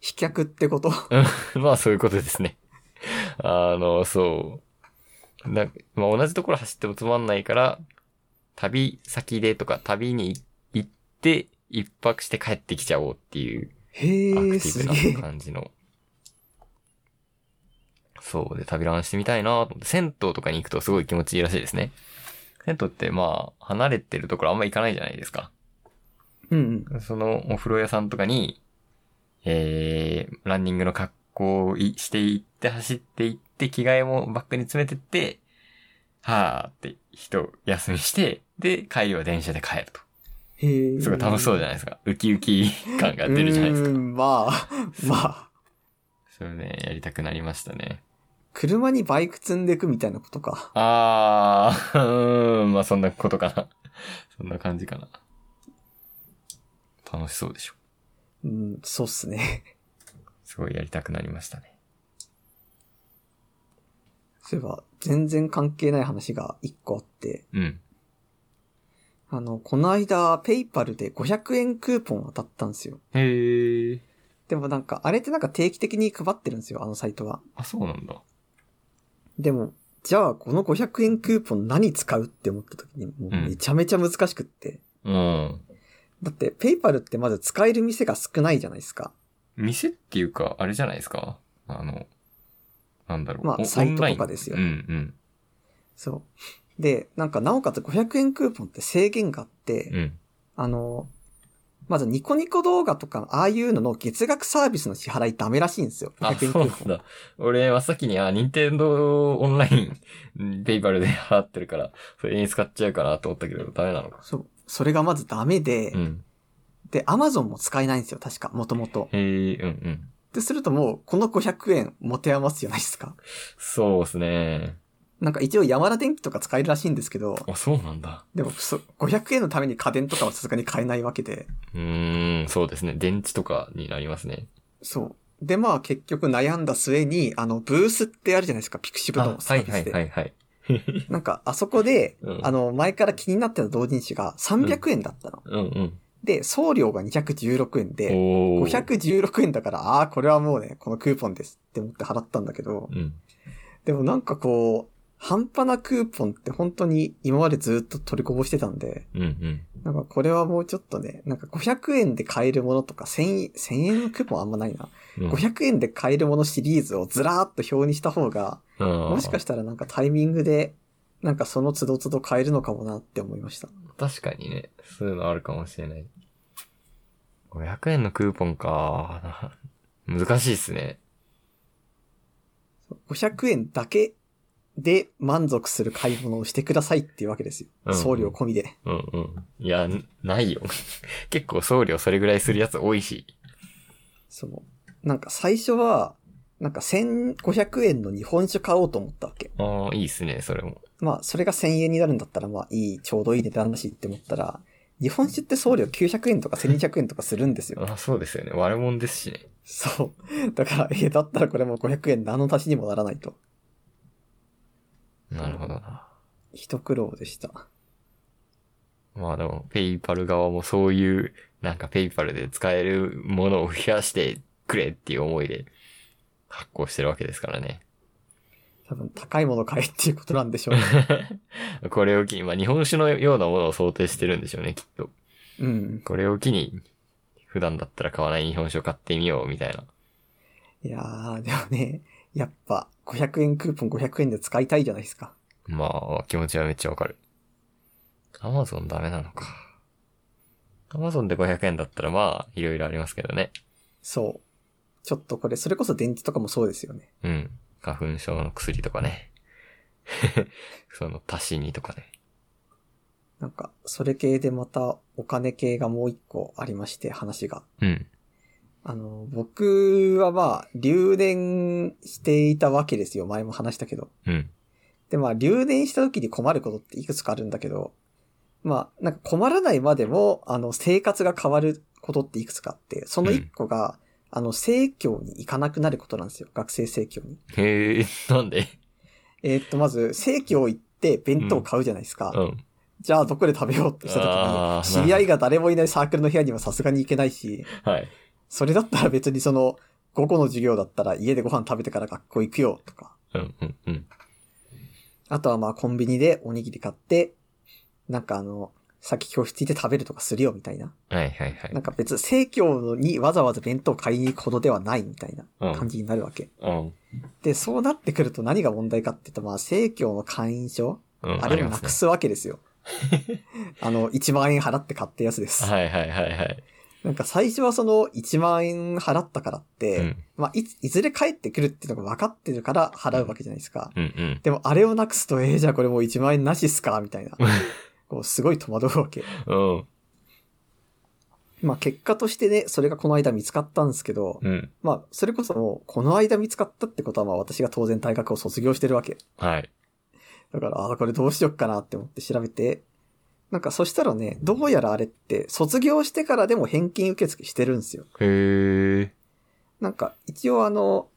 Speaker 1: 飛脚ってこと
Speaker 2: まあそういうことですね。あの、そう。なまあ同じところ走ってもつまんないから、旅先でとか旅に行って、一泊して帰ってきちゃおうっていう
Speaker 1: へ
Speaker 2: アクテ
Speaker 1: え、すげ
Speaker 2: ィブな
Speaker 1: え。
Speaker 2: 感じの。そうで旅ランしてみたいなと思って、銭湯とかに行くとすごい気持ちいいらしいですね。銭湯ってまあ離れてるところあんま行かないじゃないですか。
Speaker 1: うんうん。
Speaker 2: そのお風呂屋さんとかに、えー、ランニングの格好をいしていって走っていって、着替えもバッグに詰めてって、はーって人休みして、で、帰りは電車で帰ると。
Speaker 1: へえ。
Speaker 2: すごい楽しそうじゃないですか。ウキウキ感が出るじゃないですか。
Speaker 1: うーんまあ、まあ。
Speaker 2: それね、やりたくなりましたね。
Speaker 1: 車にバイク積んでいくみたいなことか。
Speaker 2: あー、うーん、まあそんなことかな。 そんな感じかな。楽しそうでしょ。
Speaker 1: うん、そうっすね。
Speaker 2: すごいやりたくなりましたね。
Speaker 1: そういえば、全然関係ない話が一個あって、
Speaker 2: うん。
Speaker 1: あの、この間、ペイパルで500円クーポン当たったんですよ。
Speaker 2: へー。
Speaker 1: でもなんか、あれってなんか定期的に配ってるんですよ、あのサイトは。
Speaker 2: あ、そうなんだ。
Speaker 1: でも、じゃあこの500円クーポン何使うって思った時に、もうめちゃめちゃ難しくって。
Speaker 2: うん。
Speaker 1: だって、ペイパルってまず使える店が少ないじゃないですか。
Speaker 2: 店っていうか、あれじゃないですかあの、なんだろう。
Speaker 1: まあ
Speaker 2: お
Speaker 1: サイトとか
Speaker 2: オンライン
Speaker 1: ですよ
Speaker 2: うんうん。
Speaker 1: そう。で、なんか、なおかつ500円クーポンって制限があって、
Speaker 2: うん。
Speaker 1: あの、まずニコニコ動画とか、ああいうのの月額サービスの支払いダメらしいんですよ。
Speaker 2: あ、
Speaker 1: 500円
Speaker 2: そうなんだ。俺、真っ先に、あ、任天堂オンライン、ペイパルで払ってるから、それに使っちゃうかなと思ったけど、ダメなのか。
Speaker 1: そう。それがまずダメで、
Speaker 2: うん。
Speaker 1: で、アマゾンも使えないんですよ、確か、もともと。
Speaker 2: へえ、うんうん。
Speaker 1: ってするともう、この500円持て余すじゃないですか。
Speaker 2: そうですね。
Speaker 1: なんか一応山田電機とか使えるらしいんですけど、
Speaker 2: あ、そうなんだ。
Speaker 1: でもそ、500円のために家電とかはさすがに買えないわけで、
Speaker 2: うーん、そうですね。電池とかになりますね。
Speaker 1: そう。で、まあ結局悩んだ末に、あの、ブースってあるじゃないですか、ピクシブ
Speaker 2: あ
Speaker 1: のサ
Speaker 2: は
Speaker 1: ー
Speaker 2: い
Speaker 1: ビ
Speaker 2: は
Speaker 1: ス
Speaker 2: い
Speaker 1: で。
Speaker 2: はいはい。
Speaker 1: なんか、あそこで、
Speaker 2: うん
Speaker 1: あの、前から気になってた同人誌が300円だったの。
Speaker 2: うん
Speaker 1: で、送料が216円
Speaker 2: うん。
Speaker 1: で、
Speaker 2: おー。
Speaker 1: 516円だから、ああー、これはもうね、このクーポンですって思って払ったんだけど、
Speaker 2: うん。
Speaker 1: でもなんかこう、半端なクーポンって本当に今までずっと取りこぼしてたんで、
Speaker 2: うんうん。
Speaker 1: なんかこれはもうちょっとね、なんか500円で買えるものとか1000円、1000円のクーポンあんまないな。
Speaker 2: うん
Speaker 1: 500円で買えるものシリーズをずらーっと表にした方が、も
Speaker 2: も
Speaker 1: しかしたらなんかタイミングで、なんかその都度都度買えるのかもなって思いました。
Speaker 2: 確かにね、そういうのあるかもしれない。500円のクーポンか。 難しいっすね。
Speaker 1: 500円だけで満足する買い物をしてくださいっていうわけです
Speaker 2: う
Speaker 1: よ。
Speaker 2: ん
Speaker 1: 送料込みで。
Speaker 2: うんうん。いや、んないよ。 結構送料それぐらいするやつ多いし。
Speaker 1: その、なんか最初は、なんか1500円の日本酒買おうと思ったわけ。
Speaker 2: ああ、いいっすね、それも。
Speaker 1: まあ、それが1000円になるんだったら、まあ、いい、ちょうどいい値段だしって思ったら、日本酒って送料900円とか1200円とかするんですよ。
Speaker 2: あそうですよね。悪者ですしね。
Speaker 1: そう。だから、え、だったらこれもう500円何の足しにもならないと。
Speaker 2: なるほどな。
Speaker 1: 一苦労でした。
Speaker 2: まあでも、ペイパル側もそういう、なんかペイパルで使えるものを増やしてくれっていう思いで発行してるわけですからね。
Speaker 1: 多分、高いもの買えっていうことなんでしょうね。
Speaker 2: これを機に、まあ日本酒のようなものを想定してるんでしょうね、きっと。
Speaker 1: うん。
Speaker 2: これを機に、普段だったら買わない日本酒を買ってみよう、みたいな。
Speaker 1: いやー、でもね、やっぱ、500円クーポン500円で使いたいじゃないですか。
Speaker 2: まあ、気持ちはめっちゃわかる。アマゾンダメなのか。アマゾンで500円だったらまあ、いろいろありますけどね。
Speaker 1: そう。ちょっとこれ、それこそ電池とかもそうですよね。
Speaker 2: うん。花粉症の薬とかね。 その、足しにとかね。
Speaker 1: なんか、それ系でまた、お金系がもう一個ありまして、話が。
Speaker 2: うん。
Speaker 1: あの、僕はまあ、留年していたわけですよ。前も話したけど。
Speaker 2: うん。
Speaker 1: で、まあ、留年した時に困ることっていくつかあるんだけど、まあ、なんか困らないまでも、あの、生活が変わることっていくつかあって、その一個が、あの、生協に行かなくなることなんですよ。学生生協に。
Speaker 2: へえ、 なんで
Speaker 1: えーっと、まず、生協行って弁当買うじゃないですか。
Speaker 2: うん。
Speaker 1: じゃあ、どこで食べようってした
Speaker 2: あ
Speaker 1: 時
Speaker 2: ー
Speaker 1: に、知り合いが誰もいないサークルの部屋にはさすがに行けないし、
Speaker 2: はい。
Speaker 1: それだったら別にその、午後の授業だったら家でご飯食べてから学校行くよとか。
Speaker 2: うん、うん、うん。
Speaker 1: あとはまあコンビニでおにぎり買って、なんかあの、さっき教室行って食べるとかするよみたいな。
Speaker 2: はい、はい、はい
Speaker 1: なん。か別に生協にわざわざ弁当買いに行くほどではないみたいな
Speaker 2: うん
Speaker 1: 感じになるわけ。
Speaker 2: うん。
Speaker 1: で、そうなってくると何が問題かって言うとまあ生協の会員証、
Speaker 2: うん、
Speaker 1: あれもなくすわけですよ。 あの、1万円払って買ったやつで
Speaker 2: あります
Speaker 1: す。
Speaker 2: ね。はい、はい、はい、はい。
Speaker 1: なんか最初はその1万円払ったからって、
Speaker 2: うん、
Speaker 1: まあいつ、いずれ帰ってくるっていうのが分かってるから払うわけじゃないですか。
Speaker 2: うん、うん。
Speaker 1: でもあれをなくすと、えー、じゃあこれもう1万円なしっすかみたいな。 こうすごい戸惑うわけ。
Speaker 2: うん、
Speaker 1: まあ結果としてね、それがこの間見つかったんですけど、
Speaker 2: うん。
Speaker 1: まあそれこそもうこの間見つかったってことはまあ私が当然大学を卒業してるわけ。
Speaker 2: はい。
Speaker 1: だから、ああ、これどうしよっかなって思って調べて、なんかそしたらね、どうやらあれって卒業してからでも返金受付してるんですよ。
Speaker 2: へえ。
Speaker 1: なんか一応あの、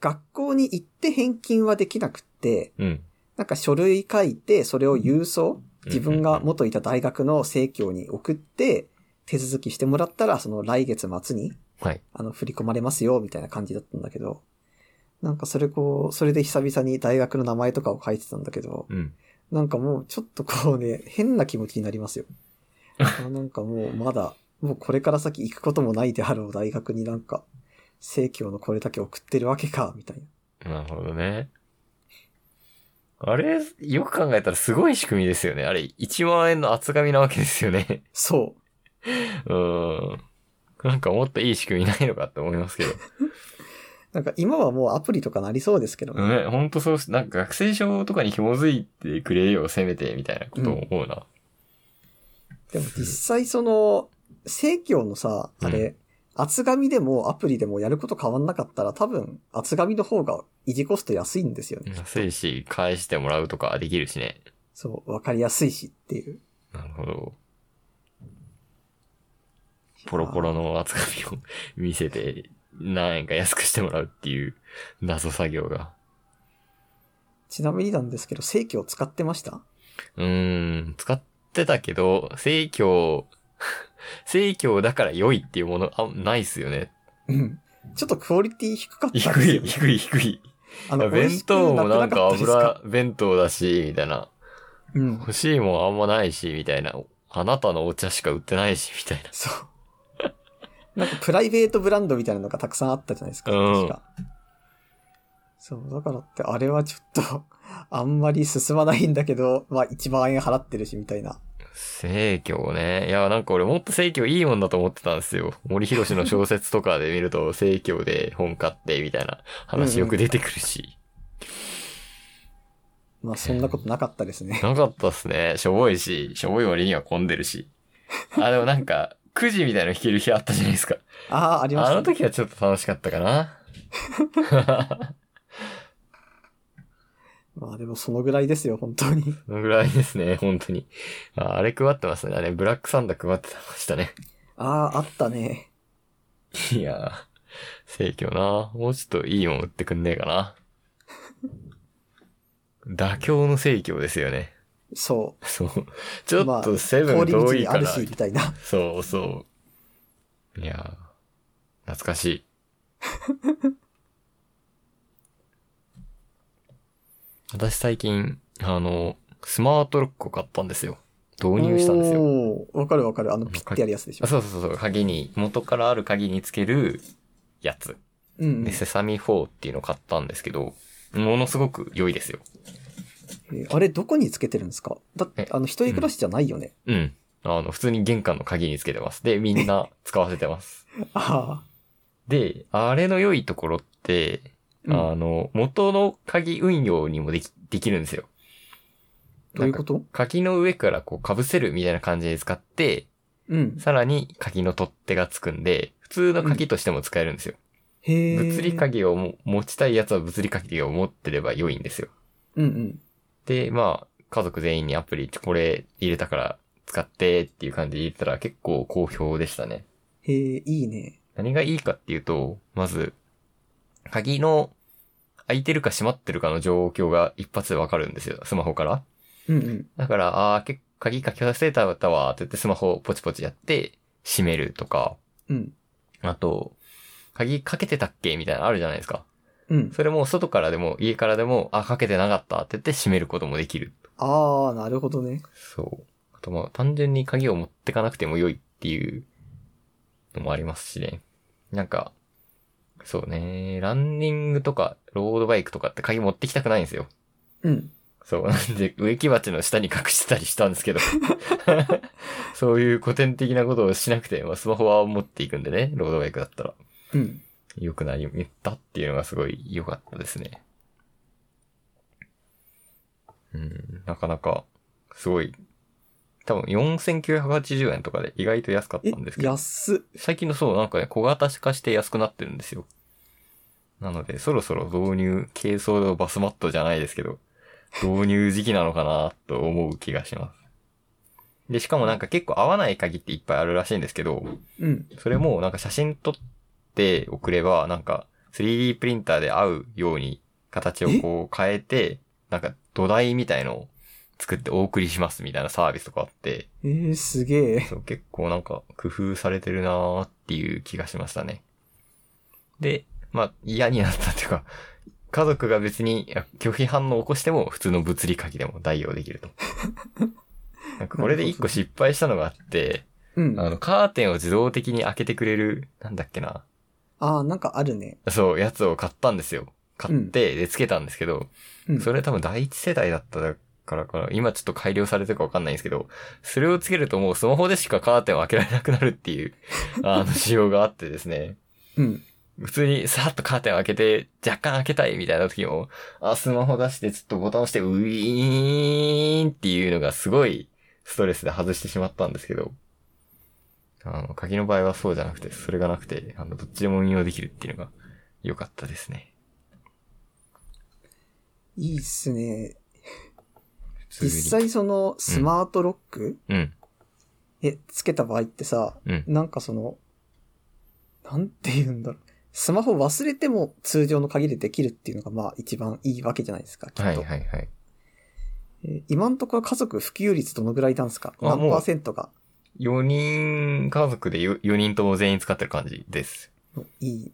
Speaker 1: 学校に行って返金はできなくって、
Speaker 2: うん。
Speaker 1: なんか書類書いて、それを郵送、自分が元いた大学の生協に送って、手続きしてもらったら、その来月末に、
Speaker 2: はい。
Speaker 1: あの、振り込まれますよ、みたいな感じだったんだけど、なんかそれこう、それで久々に大学の名前とかを書いてたんだけど、
Speaker 2: うん。
Speaker 1: なんかもうちょっとこうね、 変な気持ちになりますよ。あなんかもうまだ、もうこれから先行くこともないであろう大学になんか、生協のこれだけ送ってるわけか、みたいな。
Speaker 2: なるほどね。あれ、よく考えたらすごい仕組みですよね。あれ、1万円の厚紙なわけですよね。
Speaker 1: そう。
Speaker 2: うーん。なんかもっといい仕組みないのかって思いますけど。
Speaker 1: なんか今はもうアプリとかなりそうですけどね。
Speaker 2: ね、ほんとそうし、なんか学生証とかに紐づいてくれよ、せめて、みたいなことを思うな。
Speaker 1: でも実際その、生協のさ、あれ、厚紙でもアプリでもやること変わんなかったら多分厚紙の方が維持コスト安いんですよね。
Speaker 2: 安いし、返してもらうとかできるしね。
Speaker 1: そう、わかりやすいしっていう。
Speaker 2: なるほど。ポロポロの厚紙を見せて、何円か安くしてもらうっていう謎作業が。
Speaker 1: ちなみになんですけど、生協使ってました
Speaker 2: うーん、使ってたけど、正 教、正教だから良いっていうもの、あ、ないっすよね。
Speaker 1: うん。ちょっとクオリティ低かったんです
Speaker 2: 低
Speaker 1: よ
Speaker 2: い、低い、低い。
Speaker 1: あ
Speaker 2: いや
Speaker 1: の、美味
Speaker 2: 弁
Speaker 1: しく
Speaker 2: 当もな
Speaker 1: なんくな
Speaker 2: か
Speaker 1: ったですか
Speaker 2: 油弁当だし、みたいな。
Speaker 1: うん。
Speaker 2: 欲しいもんあんまないし、みたいな。あなたのお茶しか売ってないし、みたいな。
Speaker 1: そう。 なんかプライベートブランドみたいなのがたくさんあったじゃないですか、
Speaker 2: うん
Speaker 1: 確か。そう、だからって、あれはちょっと、 あんまり進まないんだけど、まあ1万円払ってるし、みたいな。
Speaker 2: 生協ね。いや、なんか俺もっと生協いいもんだと思ってたんですよ。森博の小説とかで見ると、 生協で本買って、みたいな話よく出てくるし。
Speaker 1: まあそんなことなかったです ね。
Speaker 2: なかったっすね。しょぼいし、しょぼい割には混んでるし。あ、でもなんか、くじみたいなの引ける日あったじゃないですか。
Speaker 1: ああ、ありまし
Speaker 2: あ
Speaker 1: た、
Speaker 2: の
Speaker 1: ね。
Speaker 2: 時はちょっと楽しかったかな。
Speaker 1: まあでもそのぐらいですよ、本当に。
Speaker 2: そのぐらいですね、本当に。ああれ配ってますね。あれ、ブラックサンダー配ってましたね。
Speaker 1: ああ、あったね。
Speaker 2: いやー、盛況な。もうちょっといいもん売ってくんねえかな。妥協の盛況ですよね。
Speaker 1: そ
Speaker 2: そう。ちょっとセ
Speaker 1: う。
Speaker 2: ブ
Speaker 1: 通
Speaker 2: ン
Speaker 1: り道
Speaker 2: 遠い
Speaker 1: に
Speaker 2: か
Speaker 1: あ
Speaker 2: ら。
Speaker 1: るし、みたいな。
Speaker 2: そうそう。いやー、懐かしい。 私最近、あの、スマートロックを買ったんですよ。導入したんですよ。
Speaker 1: おーわかるわかる。あの、ピッてやるやつでしょ
Speaker 2: あ。そうそうそう、鍵に、元からある鍵につけるやつ。
Speaker 1: うんうん。
Speaker 2: で、
Speaker 1: え
Speaker 2: セサミ4っていうのを買ったんですけど、ものすごく良いですよ。
Speaker 1: ーあれ、どこにつけてるんですかだっ
Speaker 2: え
Speaker 1: て、あの、一人暮らしじゃないよね。
Speaker 2: うん。あの、普通に玄関の鍵につけてます。で、みんな使わせてます。
Speaker 1: ああ。
Speaker 2: で、あれの良いところって、
Speaker 1: うん
Speaker 2: あの、元の鍵運用にもでき、できるんですよ。
Speaker 1: どういうこと
Speaker 2: 鍵の上からこう被せるみたいな感じで使って、
Speaker 1: うん。
Speaker 2: さらに鍵の取っ手がつくんで、普通の鍵としても使えるんですよ。
Speaker 1: へえ。
Speaker 2: 物理。鍵をも持ちたいやつは物理鍵を持ってれば良いんですよ。
Speaker 1: うんうん。
Speaker 2: で、まあ、家族全員にアプリこれ入れたから使ってっていう感じで入れたら結構好評でしたね。
Speaker 1: へえ、いいね。
Speaker 2: 何がいいかっていうと、まず、鍵の開いてるか閉まってるかの状況が一発でわかるんですよ、スマホから。
Speaker 1: うんうん。
Speaker 2: だから、ああー、結構鍵かけ忘れたわって言ってスマホをポチポチやって閉めるとか、
Speaker 1: うん。
Speaker 2: あと、鍵かけてたっけみたいなのあるじゃないですか。
Speaker 1: うん。
Speaker 2: それも外からでも家からでも、あ、かけてなかったって言って閉めることもできる。
Speaker 1: ああ、なるほどね。
Speaker 2: そう。あとまあ単純に鍵を持ってかなくても良いっていうのもありますしね。なんか、そうね、ランニングとかロードバイクとかって鍵持ってきたくないんですよ。
Speaker 1: うん。
Speaker 2: そう。なんで植木鉢の下に隠してたりしたんですけど。そういう古典的なことをしなくて、まあスマホは持っていくんでね、ロードバイクだったら。
Speaker 1: うん。
Speaker 2: 良くなり、言ったっていうのがすごい良かったですね。うん、なかなか、すごい、多分4980円とかで意外と安かっ
Speaker 1: え
Speaker 2: たんです、けど、
Speaker 1: 安っ。
Speaker 2: 最近のそう、なんかね、小型化して安くなってるんですよ。なので、そろそろ導入、軽装のバスマットじゃないですけど、導入時期なのかなと思う気がします。で、しかもなんか結構合わない鍵っていっぱいあるらしいんですけど、
Speaker 1: うん。
Speaker 2: それもなんか写真撮って送れば、なんか 3D プリンターで合うように形をこう変えて、なんか土台みたいのを作ってお送りしますみたいなサービスとかあって、
Speaker 1: えー、すげえ。
Speaker 2: そう結構なんか工夫されてるなーっていう気がしましたね。で、まあ嫌になったっていうか、家族が別にいや拒否反応を起こしても普通の物理鍵でも代用できると。なんかこれで一個失敗したのがあって、
Speaker 1: うん。
Speaker 2: あ
Speaker 1: あ
Speaker 2: の、カーテンを自動的に開けてくれる、なんだっけな。
Speaker 1: あー、なんかあるね。
Speaker 2: そう、やつを買ったんですよ。買って、で、つけたんですけど、
Speaker 1: うん。
Speaker 2: それ多分第一世代だったからかな。今ちょっと改良されてるかわかんないんですけど、それをつけるともうスマホでしかカーテンを開けられなくなるっていう、あの、仕様があってですね。
Speaker 1: うん。
Speaker 2: 普通にさーっとカーテンを開けて、若干開けたいみたいな時も、あ、スマホ出してちょっとボタン押して、ウィーンっていうのがすごいストレスで外してしまったんですけど、あの、鍵の場合はそうじゃなくて、それがなくて、あの、どっちでも運用できるっていうのが良かったですね。
Speaker 1: いいっすね。
Speaker 2: 普通に
Speaker 1: 実際その、スマートロック、
Speaker 2: うん、
Speaker 1: え、つけた場合ってさ、
Speaker 2: うん。
Speaker 1: なんかその、なんて言うんだろう。スマホ忘れても通常の鍵でできるっていうのがまあ一番いいわけじゃないですか、きっと。
Speaker 2: はいはいはい。
Speaker 1: えー今んところ家族普及率どのぐらいなんですか
Speaker 2: あ
Speaker 1: 何
Speaker 2: もう
Speaker 1: パーセントが
Speaker 2: 4人家族で 4, 人とも全員使ってる感じです。
Speaker 1: いい。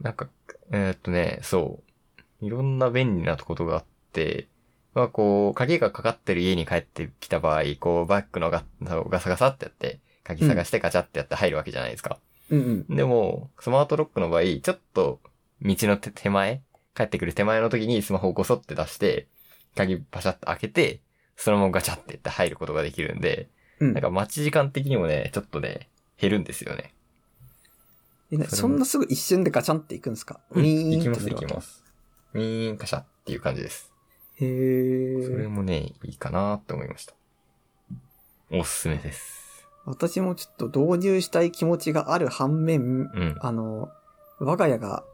Speaker 2: なんか、えーっとね、そう。いろんな便利なことがあって、まあこう、鍵がかかってる家に帰ってきた場合、こうバッグのガガサガサってやって、鍵探してガチャってやって入るわけじゃないですか。
Speaker 1: うんうん。
Speaker 2: でも、スマートロックの場合、ちょっと、道の手手前、帰ってくる手前の時にスマホをごそって出して、鍵パシャッと開けて、そのままガチャってやって入ることができるんで、
Speaker 1: うん
Speaker 2: なん。か待ち時間的にもね、ちょっとね、減るんですよね。
Speaker 1: えな
Speaker 2: それも
Speaker 1: そんなすぐ一瞬でガチャンっていくんですかウィーン
Speaker 2: 行きま
Speaker 1: って
Speaker 2: す
Speaker 1: 出る
Speaker 2: 行
Speaker 1: わけ
Speaker 2: きます。ウィーンカシャっていう感じです。
Speaker 1: へ
Speaker 2: それ
Speaker 1: ー
Speaker 2: もね、いいかなって思いました。おすすめです。
Speaker 1: 私もちょっと導入したい気持ちがある反面、
Speaker 2: うん。あ
Speaker 1: あの、我が家が、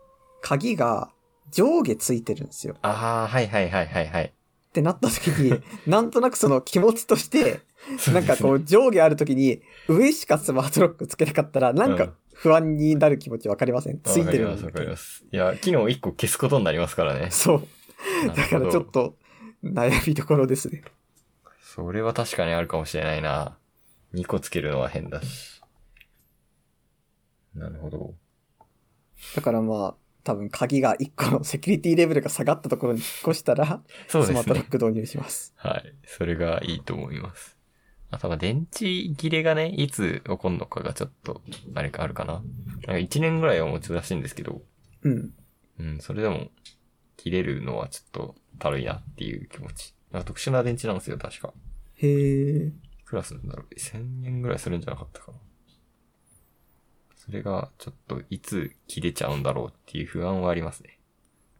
Speaker 1: 鍵が上下ついてるんですよ。
Speaker 2: あー、はいはいはいはいはい。
Speaker 1: ってなった時 に、なんとなくその気持ちとして、 なんかこ
Speaker 2: う
Speaker 1: う上下ある時に、上しかスマートロックつけなかったら、なん
Speaker 2: う
Speaker 1: か
Speaker 2: ん
Speaker 1: 不安になる気持ちわかりません。
Speaker 2: で
Speaker 1: つ
Speaker 2: すね、
Speaker 1: いてる
Speaker 2: わ
Speaker 1: の
Speaker 2: かりますわ
Speaker 1: に
Speaker 2: かります。いや、機能1個消すことになりますからね。
Speaker 1: そう。
Speaker 2: だ
Speaker 1: だからちょっ。と悩みどころですね。
Speaker 2: それは確かにあるかもしれないな。2個つけるのは変だし。なるほど。
Speaker 1: だからまあ、多分鍵が1個のセキュリティレベルが下がったところに引っ越したら、
Speaker 2: そう
Speaker 1: ス
Speaker 2: で
Speaker 1: マー
Speaker 2: す
Speaker 1: トロ
Speaker 2: ね
Speaker 1: ッ。ク導入します。
Speaker 2: はい。それがいいと思います。あとは電池切れがね、いつ起こるのかがちょっと、あれかあるかな。なんか1年ぐらいは持つらしいんですけど、
Speaker 1: うん。
Speaker 2: うん、それでも、切れるのはちょっと、たるいなっていう気持ち。なんか特殊な電池なんですよ、確か。
Speaker 1: へえ。
Speaker 2: いくらするんだろう ?1000 円ぐらいするんじゃなかったかな。それが、ちょっと、いつ切れちゃうんだろうっていう不安はありますね。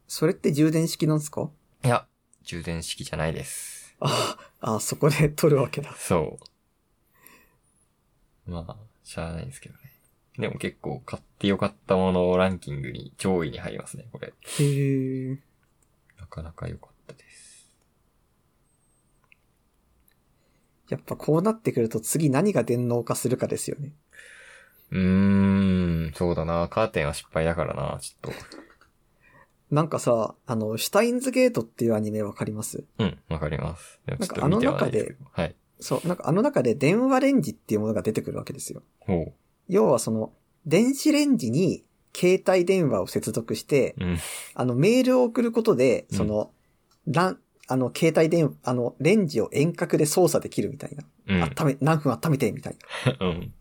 Speaker 1: それって充電式なんですか
Speaker 2: いや、充電式じゃないです。
Speaker 1: ああ、そこで取るわけだ。
Speaker 2: そう。まあ、しゃあないですけどね。でも結構買ってよかったものランキングに上位に入りますね、これ。
Speaker 1: へえ。
Speaker 2: なかなか良かったです。
Speaker 1: やっぱこうなってくると次何が電脳化するかですよね。
Speaker 2: うーん、そうだな。カーテンは失敗だからな、ちょっ
Speaker 1: なんかさ、あの、シュタインズゲートっていうアニメわかります
Speaker 2: と。うん、わかります。でもちょっ
Speaker 1: な
Speaker 2: と
Speaker 1: んか
Speaker 2: 見てはないですけど。はい。
Speaker 1: そう、なんかあの中で電話レンジっていうものが出てくるわけですよ。
Speaker 2: ほ
Speaker 1: 要はその、電子レンジに携帯電話を接続して、
Speaker 2: う。うん。
Speaker 1: あの、メールを送ることで、
Speaker 2: うん
Speaker 1: その、ラン、あの、携帯電話、あの、レンジを遠隔で操作できるみたいな。
Speaker 2: うん。
Speaker 1: 温め、何分温めて、みたいな。
Speaker 2: うん。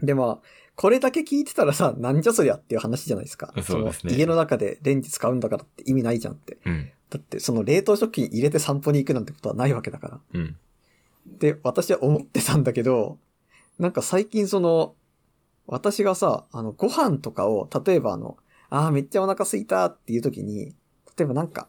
Speaker 1: で、まあ、これだけ聞いてたらさ、なんじゃそりゃっていう話じゃないですか。
Speaker 2: そうですね
Speaker 1: の家の中でレンジ使うんだからって意味ないじゃんって。
Speaker 2: うん。
Speaker 1: だって、その冷凍食品入れて散歩に行くなんてことはないわけだから。
Speaker 2: うん。
Speaker 1: で、私は思ってたんだけど、なんか最近その、私がさ、あの、ご飯とかを、例えばあの、あーめっちゃお腹すいたっていう時に、例えばなんか、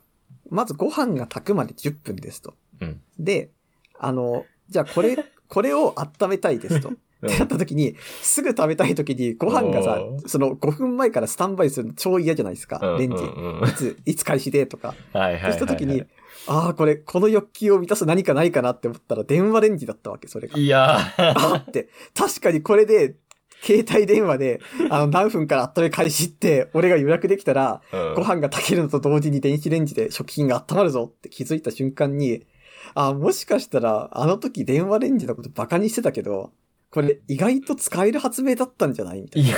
Speaker 1: まずご飯が炊くまで10分ですと。
Speaker 2: うん。
Speaker 1: で、あの、じゃあこ れ、これを温めたいですと。ってなった時に、すぐ食べたい時にご飯がさ
Speaker 2: お、ー
Speaker 1: その5分前からスタンバイするの超嫌じゃないです
Speaker 2: うん
Speaker 1: か、レンジ。
Speaker 2: うんうんうん
Speaker 1: いつ、いつ開始でとか。
Speaker 2: はいはいはいはい。
Speaker 1: した時に、ああ、これ、この欲求を満たす何かないかなって思ったら電話レンジだったわけ、それが。
Speaker 2: いやー。
Speaker 1: あーって、確かにこれで、携帯電話で、あの、何分から温め開始って、俺が予約できたら、ご
Speaker 2: ご
Speaker 1: 飯が炊けるのと同時に電子レンジで食品が温まるぞって気づいた瞬間に、あー、もしかしたら、あの時電話レンジのことバカにしてたけど、これ意外と使える発明だったんじゃないみたい
Speaker 2: いや、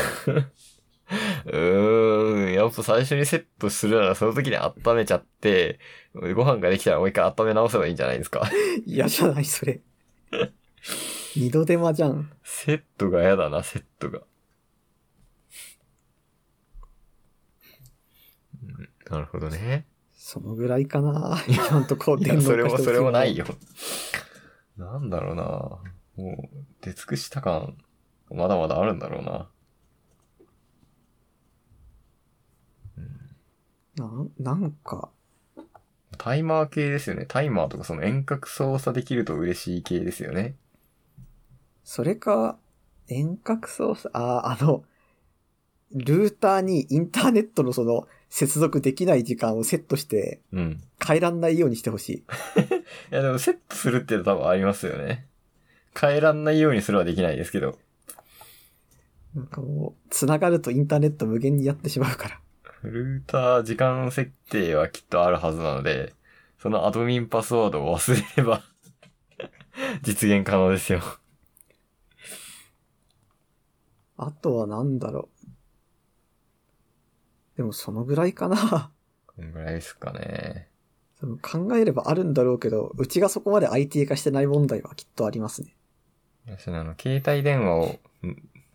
Speaker 2: うーん、やっぱ最初にセットするならその時に温めちゃって、ご飯ができたらもう一回温め直せばいいんじゃないですか。
Speaker 1: な。嫌じゃない、それ。二度手間じゃん。
Speaker 2: セットが嫌だな、セットが。うんなるほどね。
Speaker 1: そのぐらいかな。 今んとこ、
Speaker 2: い
Speaker 1: 電脳
Speaker 2: や、それ
Speaker 1: 化
Speaker 2: も、
Speaker 1: してほし
Speaker 2: それもないよ。 なんだろうなもう、出尽くした感、まだまだあるんだろうな。
Speaker 1: なん、なんか、
Speaker 2: タイマー系ですよね。タイマーとかその遠隔操作できると嬉しい系ですよね。
Speaker 1: それか、遠隔操作、ああ、あの、ルーターにインターネットのその、接続できない時間をセットして、
Speaker 2: うん。
Speaker 1: 変えらんないようにしてほしい。
Speaker 2: いや、でもセットするっていうのは多分ありますよね。変えらんないようにするはできないですけど。
Speaker 1: なんかもう、繋がるとインターネット無限にやってしまうから。
Speaker 2: ルーター時間設定はきっとあるはずなので、そのアドミンパスワードを忘れれば、 実現可能ですよ。
Speaker 1: あとはなんだろう。でもそのぐらいかな。
Speaker 2: こんぐらいですかね。
Speaker 1: その考えればあるんだろうけど、うちがそこまで IT 化してない問題はきっとありますね。
Speaker 2: 私ねあの、携帯電話を、ん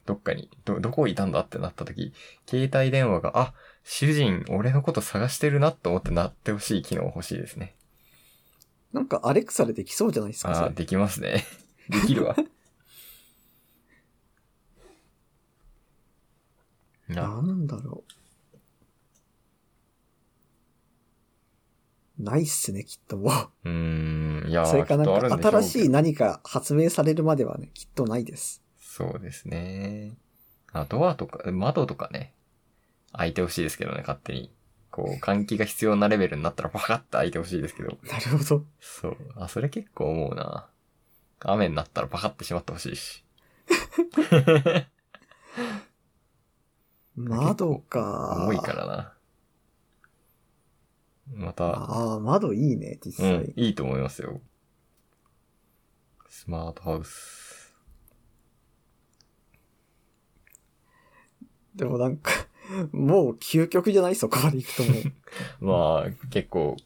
Speaker 2: どっかに、ど、どこいたんだってなった時、携帯電話が、あ、主人、俺のこと探してるなって思ってなってほしい機能欲しいですね。
Speaker 1: なんかアレクサでできそうじゃないですか、そ
Speaker 2: ああ、
Speaker 1: れ。
Speaker 2: できます ね。できるわ。いや
Speaker 1: なんだろう。ないっすね、きっとも
Speaker 2: うーん、いや
Speaker 1: う。
Speaker 2: ー
Speaker 1: それかなん
Speaker 2: きっとある
Speaker 1: か
Speaker 2: んでしょうけど
Speaker 1: 新しい何か発明されるまではね、きっとないです。
Speaker 2: そうですね。あ、ドアとか、窓とかね。開いてほしいですけどね、勝手に。こう、換気が必要なレベルになったらパカッと開いてほしいですけど。
Speaker 1: なるほど。
Speaker 2: そう。あ、それ結構思うな。雨になったらパカってしまってほしいし。
Speaker 1: 窓か。
Speaker 2: 重いからな。また、
Speaker 1: ああ、窓いいね、実
Speaker 2: う
Speaker 1: 際。
Speaker 2: ん、いいと思いますよ。スマートハウス。
Speaker 1: でもなんか、もう究極じゃないそこまで行くともう。
Speaker 2: まあ、結構、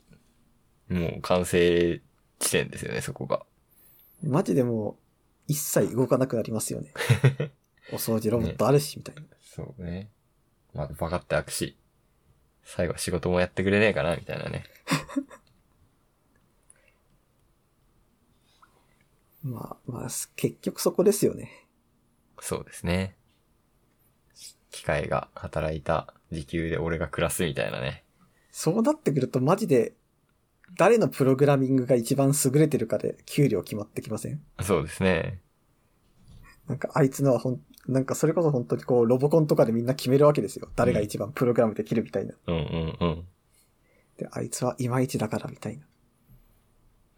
Speaker 2: もう完成地点ですよね、そこが。
Speaker 1: マジでもう、一切動かなくなりますよね。お掃除ロボットあるし、みたいな。
Speaker 2: そうね。まあ、バカって開くし、最後は仕事もやってくれねえかな、みたいなね。
Speaker 1: まあ、まあ、す結局そこですよね。
Speaker 2: そうですね。機械が働いた時給で俺が暮らすみたいなね。
Speaker 1: そうなってくるとマジで、誰のプログラミングが一番優れてるかで給料決まってきません
Speaker 2: そうですね。
Speaker 1: なんかあいつのはほん、なんかそれこそ本当にこう、ロボコンとかでみんな決めるわけですよ。誰が一番プログラムできるみたいな。
Speaker 2: うんうん
Speaker 1: で、あいつはいまいちだからみたいな。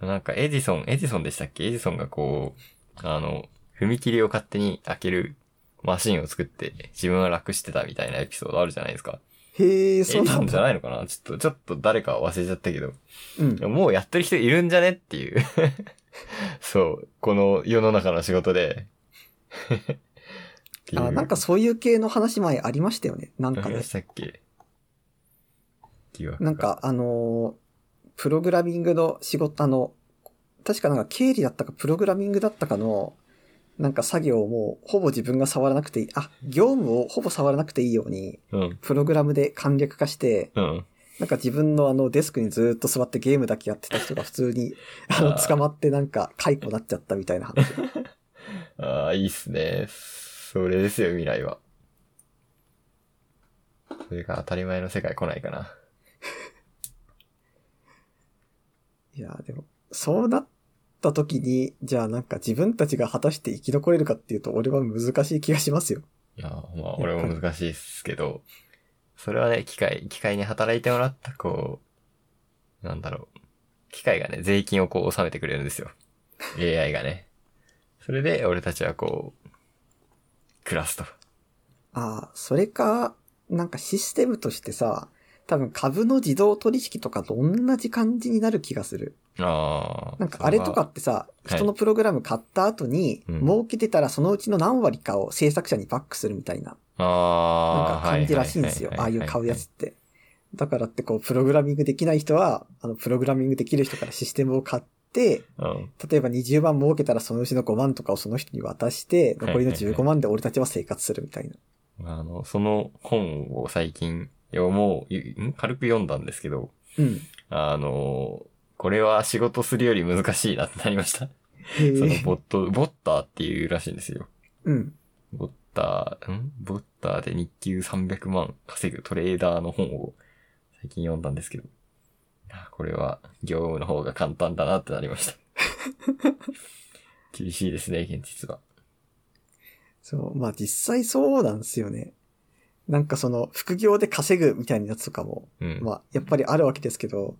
Speaker 2: うん。なんかエジソン、エジソンでしたっけエジソンがこう、あの、踏切を勝手に開けるマシンを作って自分は楽してたみたいなエピソードあるじゃないですか。
Speaker 1: へえ、
Speaker 2: エジ
Speaker 1: そうな
Speaker 2: ソ
Speaker 1: ん
Speaker 2: ンじゃ
Speaker 1: だ。
Speaker 2: ないのかなちょっと、ちょっと誰か忘れちゃったけど。
Speaker 1: うん。
Speaker 2: もうやってる人いるんじゃねっていう。 そう。この世の中の仕事で。って いう
Speaker 1: あ、なんかそういう系の話前ありましたよね。なんか
Speaker 2: 何
Speaker 1: ね
Speaker 2: でし。たっけ疑惑が
Speaker 1: なんか、あのープログラミングの仕事、あの、確かなんか経理だったかプログラミングだったかの、なんか作業をもうほぼ自分が触らなくていい、あ、業務をほぼ触らなくていいように、
Speaker 2: うん。
Speaker 1: プログラムで簡略化して、
Speaker 2: うん。
Speaker 1: なんか自分のあのデスクにずーっと座ってゲームだけやってた人が普通に、 あの、
Speaker 2: あー
Speaker 1: 捕まってなんか解雇になっちゃったみたいな話。
Speaker 2: ああ、いいっすね。それですよ、未来は。それが当たり前の世界来ないかな。
Speaker 1: いやー、でも、そうなった時に、じゃあなんか自分たちが果たして生き残れるかっていうと、俺は難しい気がしますよ。
Speaker 2: いや、まあ、俺も難しいっすけど、それはね、機械、機械に働いてもらった、こう、なんだろう。機械がね、税金をこう、納めてくれるんですよ。AI がね。それで、俺たちはこう、暮らすと。
Speaker 1: ああ、それか、なんかシステムとしてさ、多分株の自動取引とかと同じ感じになる気がする。
Speaker 2: ああ。
Speaker 1: なんかあれとかってさ、
Speaker 2: はい
Speaker 1: 人のプログラム買った後に、
Speaker 2: うん
Speaker 1: 儲けてたらそのうちの何割かを制作者にバックするみたいな、
Speaker 2: それは、
Speaker 1: なん
Speaker 2: ああ
Speaker 1: か、感じらしいんですよ。ああいう買うやつって。だからってこう、プログラミングできない人は、あの、プログラミングできる人からシステムを買って、
Speaker 2: はい。うん。
Speaker 1: 例えば20万儲けたらそのうちの5万とかをその人に渡して、残りの15万で俺たちは生活するみたいな。
Speaker 2: あの、その本を最近、いやもう、いん軽く読んだんですけど、
Speaker 1: うん。
Speaker 2: あの、これは仕事するより難しいなってなりました。
Speaker 1: へ
Speaker 2: その
Speaker 1: え。
Speaker 2: ボット、ボッターっていうらしいんですよ。
Speaker 1: うん。
Speaker 2: ボッター、んボッターで日給300万稼ぐトレーダーの本を最近読んだんですけど、あこれは業務の方が簡単だなってなりました。厳しいですね、現実は。
Speaker 1: そう、まあ実際そうなんですよね。なんかその副業で稼ぐみたいなやつとかも、
Speaker 2: うん。
Speaker 1: まあやっぱりあるわけですけど、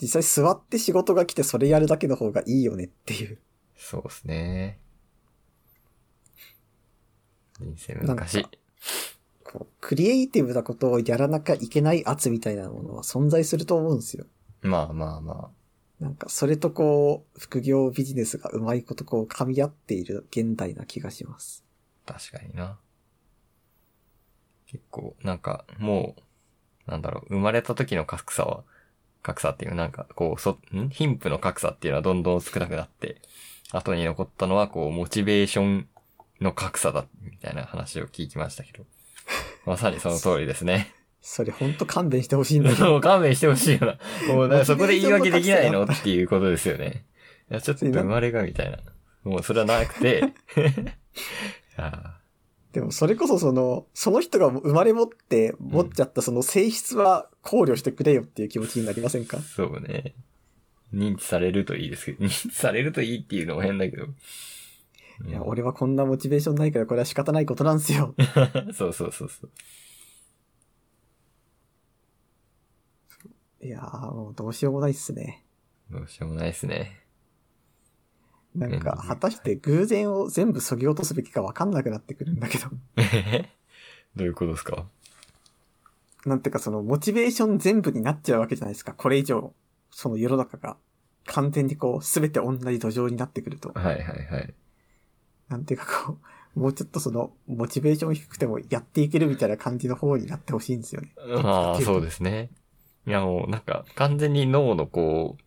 Speaker 1: 実際座って仕事が来てそれやるだけの方がいいよねっていう。
Speaker 2: そうですね。人生難しい。
Speaker 1: こう、クリエイティブなことをやらなきゃいけない圧みたいなものは存在すると思うんですよ。
Speaker 2: まあまあま
Speaker 1: なんかそれとこう、副業ビジネスがうまいことこう噛み合っている現代な気がします。
Speaker 2: あ、確かにな。結構、なんか、もう、なんだろう、生まれた時の格差は、格差っていう、なんか、こう、そ、ん貧富の格差っていうのはどんどん少なくなって、後に残ったのは、こう、モチベーションの格差だ、みたいな話を聞きましたけど。まさにその通りですね。
Speaker 1: それほんと勘弁してほしいんだけど。
Speaker 2: もう勘弁してほしいよな。もう、だからそこで言い訳できないのっていうことですよね。いや、ちょっと生まれがみたいな。もうそれはなくて。 あ
Speaker 1: でもそれこそその、その人が生まれ持って持っちゃったその性質は考慮してくれよっていう気持ちになりませんか
Speaker 2: あ、そうね。認知されるといいですけど、認知されるといいっていうのも変だけど。うん
Speaker 1: いや、俺はこんなモチベーションないからこれは仕方ないことなんです よ。
Speaker 2: そうそうそうそう。
Speaker 1: いやー、もうどうしようもないっすね。
Speaker 2: どうしようもないですね。
Speaker 1: なんか、
Speaker 2: うん
Speaker 1: 果たして偶然を全部削ぎ落とすべきかわかんなくなってくるんだけど。
Speaker 2: えへへどういうことですか
Speaker 1: なんていうかその、モチベーション全部になっちゃうわけじゃないですか。これ以上、その世の中が完全にこう、すべて同じ土壌になってくると。
Speaker 2: はいはいはい。
Speaker 1: なんていうかこう、 もうちょっとその、モチベーション低くてもやっていけるみたいな感じの方になってほしいんですよね。
Speaker 2: まあ、そうですね。いやもうなんか完全に脳のこ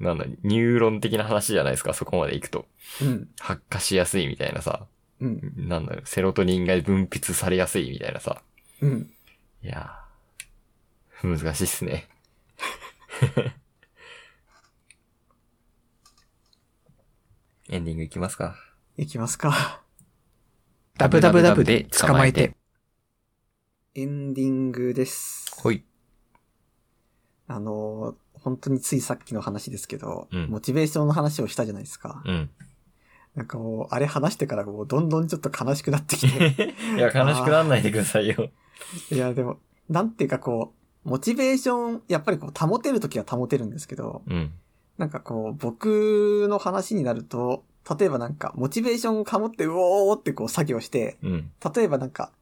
Speaker 2: う、なんだ、ニューロン的な話じゃないですか、そこまで行くと。
Speaker 1: うん。
Speaker 2: 発火しやすいみたいなさ、
Speaker 1: うん。
Speaker 2: なんだろう、セロトニンが分泌されやすいみたいなさ。
Speaker 1: うん。
Speaker 2: いやー、難しいっすね。 エンディングいきますか。
Speaker 1: いきますか。
Speaker 2: ダブダブダブで捕まえて。
Speaker 1: エンディングです。
Speaker 2: ほい。
Speaker 1: あのー、本当についさっきの話ですけど、
Speaker 2: うん
Speaker 1: モチベーションの話をしたじゃないですか。
Speaker 2: うん。
Speaker 1: なんかもう、あれ話してからもうどんどんちょっと悲しくなってき て。
Speaker 2: いや、悲しくなんないでくださいよ。
Speaker 1: いや、でも、なんていうかこう、モチベーション、やっぱりこう、保てるときは保てるんですけど、
Speaker 2: うん。
Speaker 1: なんかこう、僕の話になると、例えばなんか、モチベーションを保って、うおーってこう作業して、
Speaker 2: うん。
Speaker 1: 例えばなんか、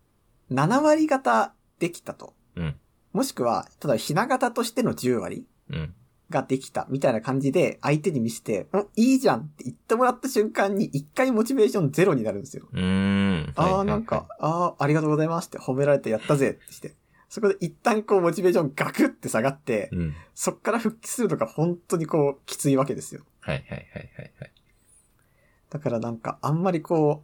Speaker 1: 7割型できたと。
Speaker 2: うん。
Speaker 1: もしくは、ただひな型としての10割
Speaker 2: うん。
Speaker 1: ができたみたいな感じで相手に見せて、お、いいじゃんって言ってもらった瞬間に一回モチベーションゼロになるんですよ。
Speaker 2: うーん。はい
Speaker 1: ああ、なんか、。ああ、ありがとうございますって褒められてやったぜってして。そこで一旦こうモチベーションガクって下がって
Speaker 2: はい、うん。
Speaker 1: そっから復帰するのが本当にこうきついわけですよ。
Speaker 2: はいはいはいはいはい。
Speaker 1: だからなんかあんまりこ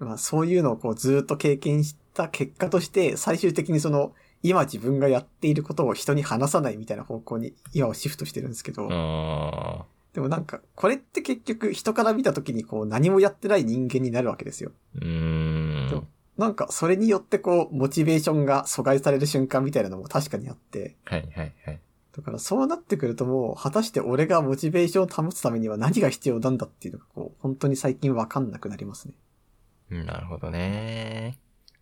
Speaker 1: う、まあそういうのをこうずっと経験した結果として最終的にその今自分がやっていることを人に話さないみたいな方向に今はシフトしてるんですけど、
Speaker 2: あ
Speaker 1: でもなんかこれって結局人から見た時にこう何もやってない人間になるわけですよ。
Speaker 2: ー。うーん
Speaker 1: と。なんかそれによってこうモチベーションが阻害される瞬間みたいなのも確かにあって、
Speaker 2: はいはいはい。
Speaker 1: だからそうなってくるともう果たして俺がモチベーションを保つためには何が必要なんだっていうのがこう本当に最近わかんなくなりますね。
Speaker 2: うんなるほどね。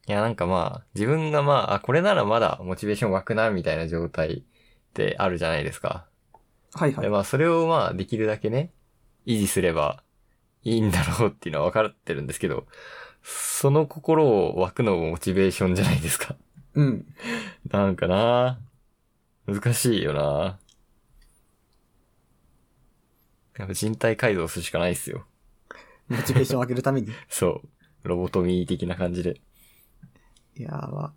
Speaker 2: いや、なんかまあ、自分がまあ、あ、これならまだモチベーション湧くな、みたいな状態ってあるじゃないですか。
Speaker 1: はいはい
Speaker 2: で、。まあ、それをまあ、できるだけね、維持すればいいんだろうっていうのは分かってるんですけど、その心を湧くのもモチベーションじゃないですか。
Speaker 1: うん。
Speaker 2: なんかな難しいよなやっぱ人体改造するしかないっすよ。
Speaker 1: モチベーションを上げるため に。
Speaker 2: そう。ロボトミー的な感じで。
Speaker 1: いやー、まあ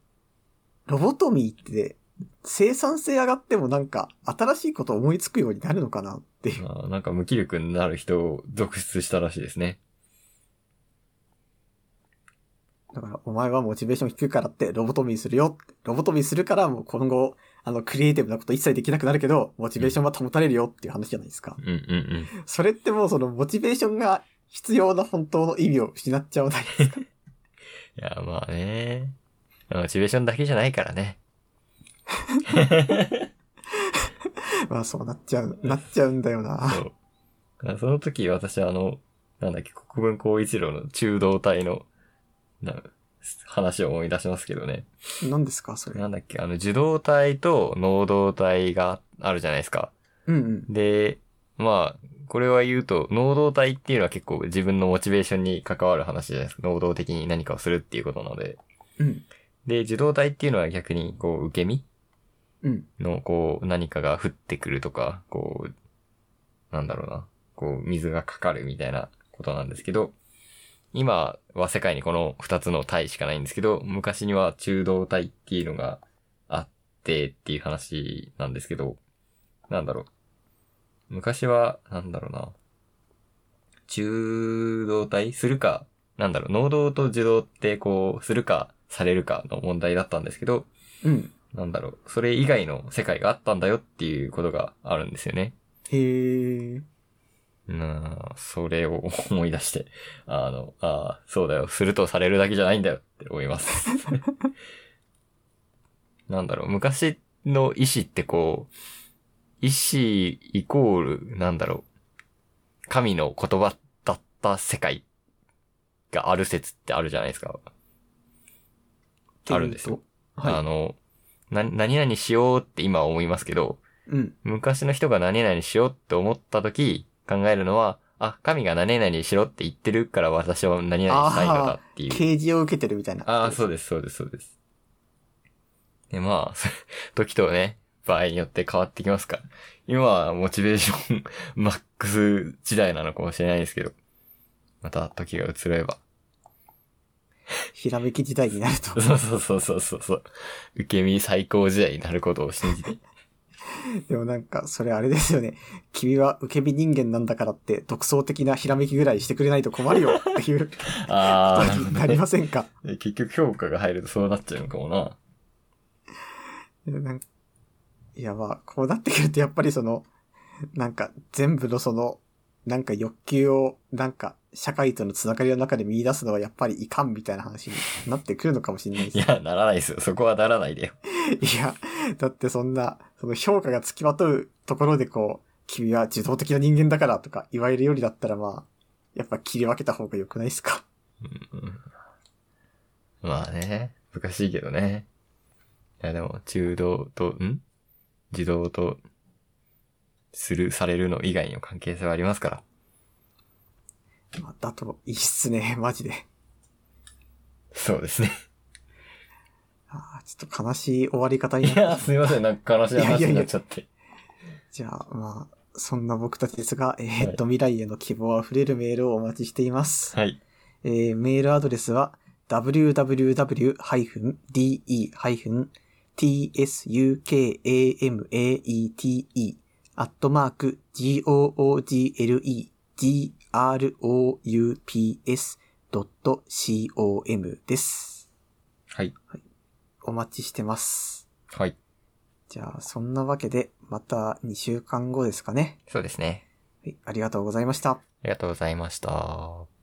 Speaker 1: ロボトミーって、生産性上がってもなんか、新しいこと思いつくようになるのかなっていう。
Speaker 2: まあ、なんか無気力になる人を続出したらしいですね。
Speaker 1: だから、お前はモチベーション低いからって、ロボトミーするよって。ロボトミーするから、もう今後、あの、クリエイティブなこと一切できなくなるけど、モチベーションは保たれるよっていう話じゃないですか
Speaker 2: う。んうん
Speaker 1: それってもうその、モチベーションが必要な本当の意味を失っちゃわないですか。
Speaker 2: うん。いや、まあね。モチベーションだけじゃないからね。
Speaker 1: まあ、そうなっちゃう、なっちゃうんだよな。
Speaker 2: そう。だからその時私はあの、なんだっけ、国分光一郎の中道体の、な話を思い出しますけどね。
Speaker 1: 何ですか、それ。
Speaker 2: なんだっけ、あの、受動体と能動体があるじゃないですか。
Speaker 1: うんうん。
Speaker 2: で、まあ、これは言うと、能動体っていうのは結構自分のモチベーションに関わる話じゃないですか。能動的に何かをするっていうことなので。
Speaker 1: うん。
Speaker 2: で、受動体っていうのは逆に、こう、受け身
Speaker 1: うん。
Speaker 2: の、こう、何かが降ってくるとか、こう、なんだろうな、こう、水がかかるみたいなことなんですけど、今は世界にこの二つの体しかないんですけど、昔には中道体っていうのがあっってっていう話なんですけど、なんだろう。昔は、なんだろうな。中道体するか、なんだろう、能動と受動ってこう、するか、されるかの問題だったんですけど、
Speaker 1: うん。
Speaker 2: なんだろう、それ以外の世界があったんだよっていうことがあるんですよね。
Speaker 1: へえ。
Speaker 2: なあ、それを思い出して、 あの、ああ、そうだよ、するとされるだけじゃないんだよって思います。 なんだろう、昔の意志ってこう、意志イコール、なんだろう、神の言葉だった世界がある説ってあるじゃないですか。あるんですよ
Speaker 1: はい。
Speaker 2: あの、な、何々しようって今は思いますけど、
Speaker 1: うん。
Speaker 2: 昔の人が何々しようって思った時考えるのは、あ、神が何々しろって言ってるから私は何々したいのだっていう。
Speaker 1: 啓示を受けてるみたいな。
Speaker 2: ああ、そう
Speaker 1: う。
Speaker 2: です、そうです、そうです。で、まあ、 そ時とね、場合によって変わってきますから。今はモチベーション マックス時代なのかもしれないですけど、また時が移れば。
Speaker 1: ひらめき時代になると。
Speaker 2: そうそうそうそうそうそう。受け身最高時代になることを信じて。
Speaker 1: でもなんか、それあれですよね。君は受け身人間なんだからって、独創的なひらめきぐらいしてくれないと困る よっていう
Speaker 2: あ
Speaker 1: こと
Speaker 2: あ、
Speaker 1: になりませんか。
Speaker 2: 結局評価が入るとそうなっちゃうのかもな。
Speaker 1: なんいやまあ、こうなってくるとやっぱりその、なんか全部のその、なんか欲求を、なんか社会とのつながりの中で見出すのはやっぱりいかんみたいな話になってくるのかもしれないです
Speaker 2: い
Speaker 1: ね。
Speaker 2: や、ならないですよ。そこはならないでよ。
Speaker 1: いや、だってそんな、その評価がつきまとうところでこう、君は自動的な人間だからとか言われるよりだったらまあ、やっぱ切り分けた方が良くないですか。
Speaker 2: まあね、難しいけどね。いや、でも、中道と、ん自動と、する、されるの以外の関係性はありますから。
Speaker 1: まあ、だといいっすね、マジで。
Speaker 2: そうです ね。
Speaker 1: ああ、ちょっと悲しい終わり方になっ
Speaker 2: い
Speaker 1: てしま
Speaker 2: や、
Speaker 1: った
Speaker 2: すいません。なんか悲しい話になっちゃって。
Speaker 1: じゃあ、まあ、そんな僕たちですが、えーっと、未来への希望あふれるメールをお待ちしています。
Speaker 2: はい。
Speaker 1: えーメールアドレスは、www-de-tsukamate アットマーク google.groups.com です。
Speaker 2: はい。
Speaker 1: お待ちしてます。
Speaker 2: はい。
Speaker 1: じゃあ、そんなわけで、また2週間後ですかね。
Speaker 2: そうですね。
Speaker 1: はい、ありがとうございました。
Speaker 2: ありがとうございました。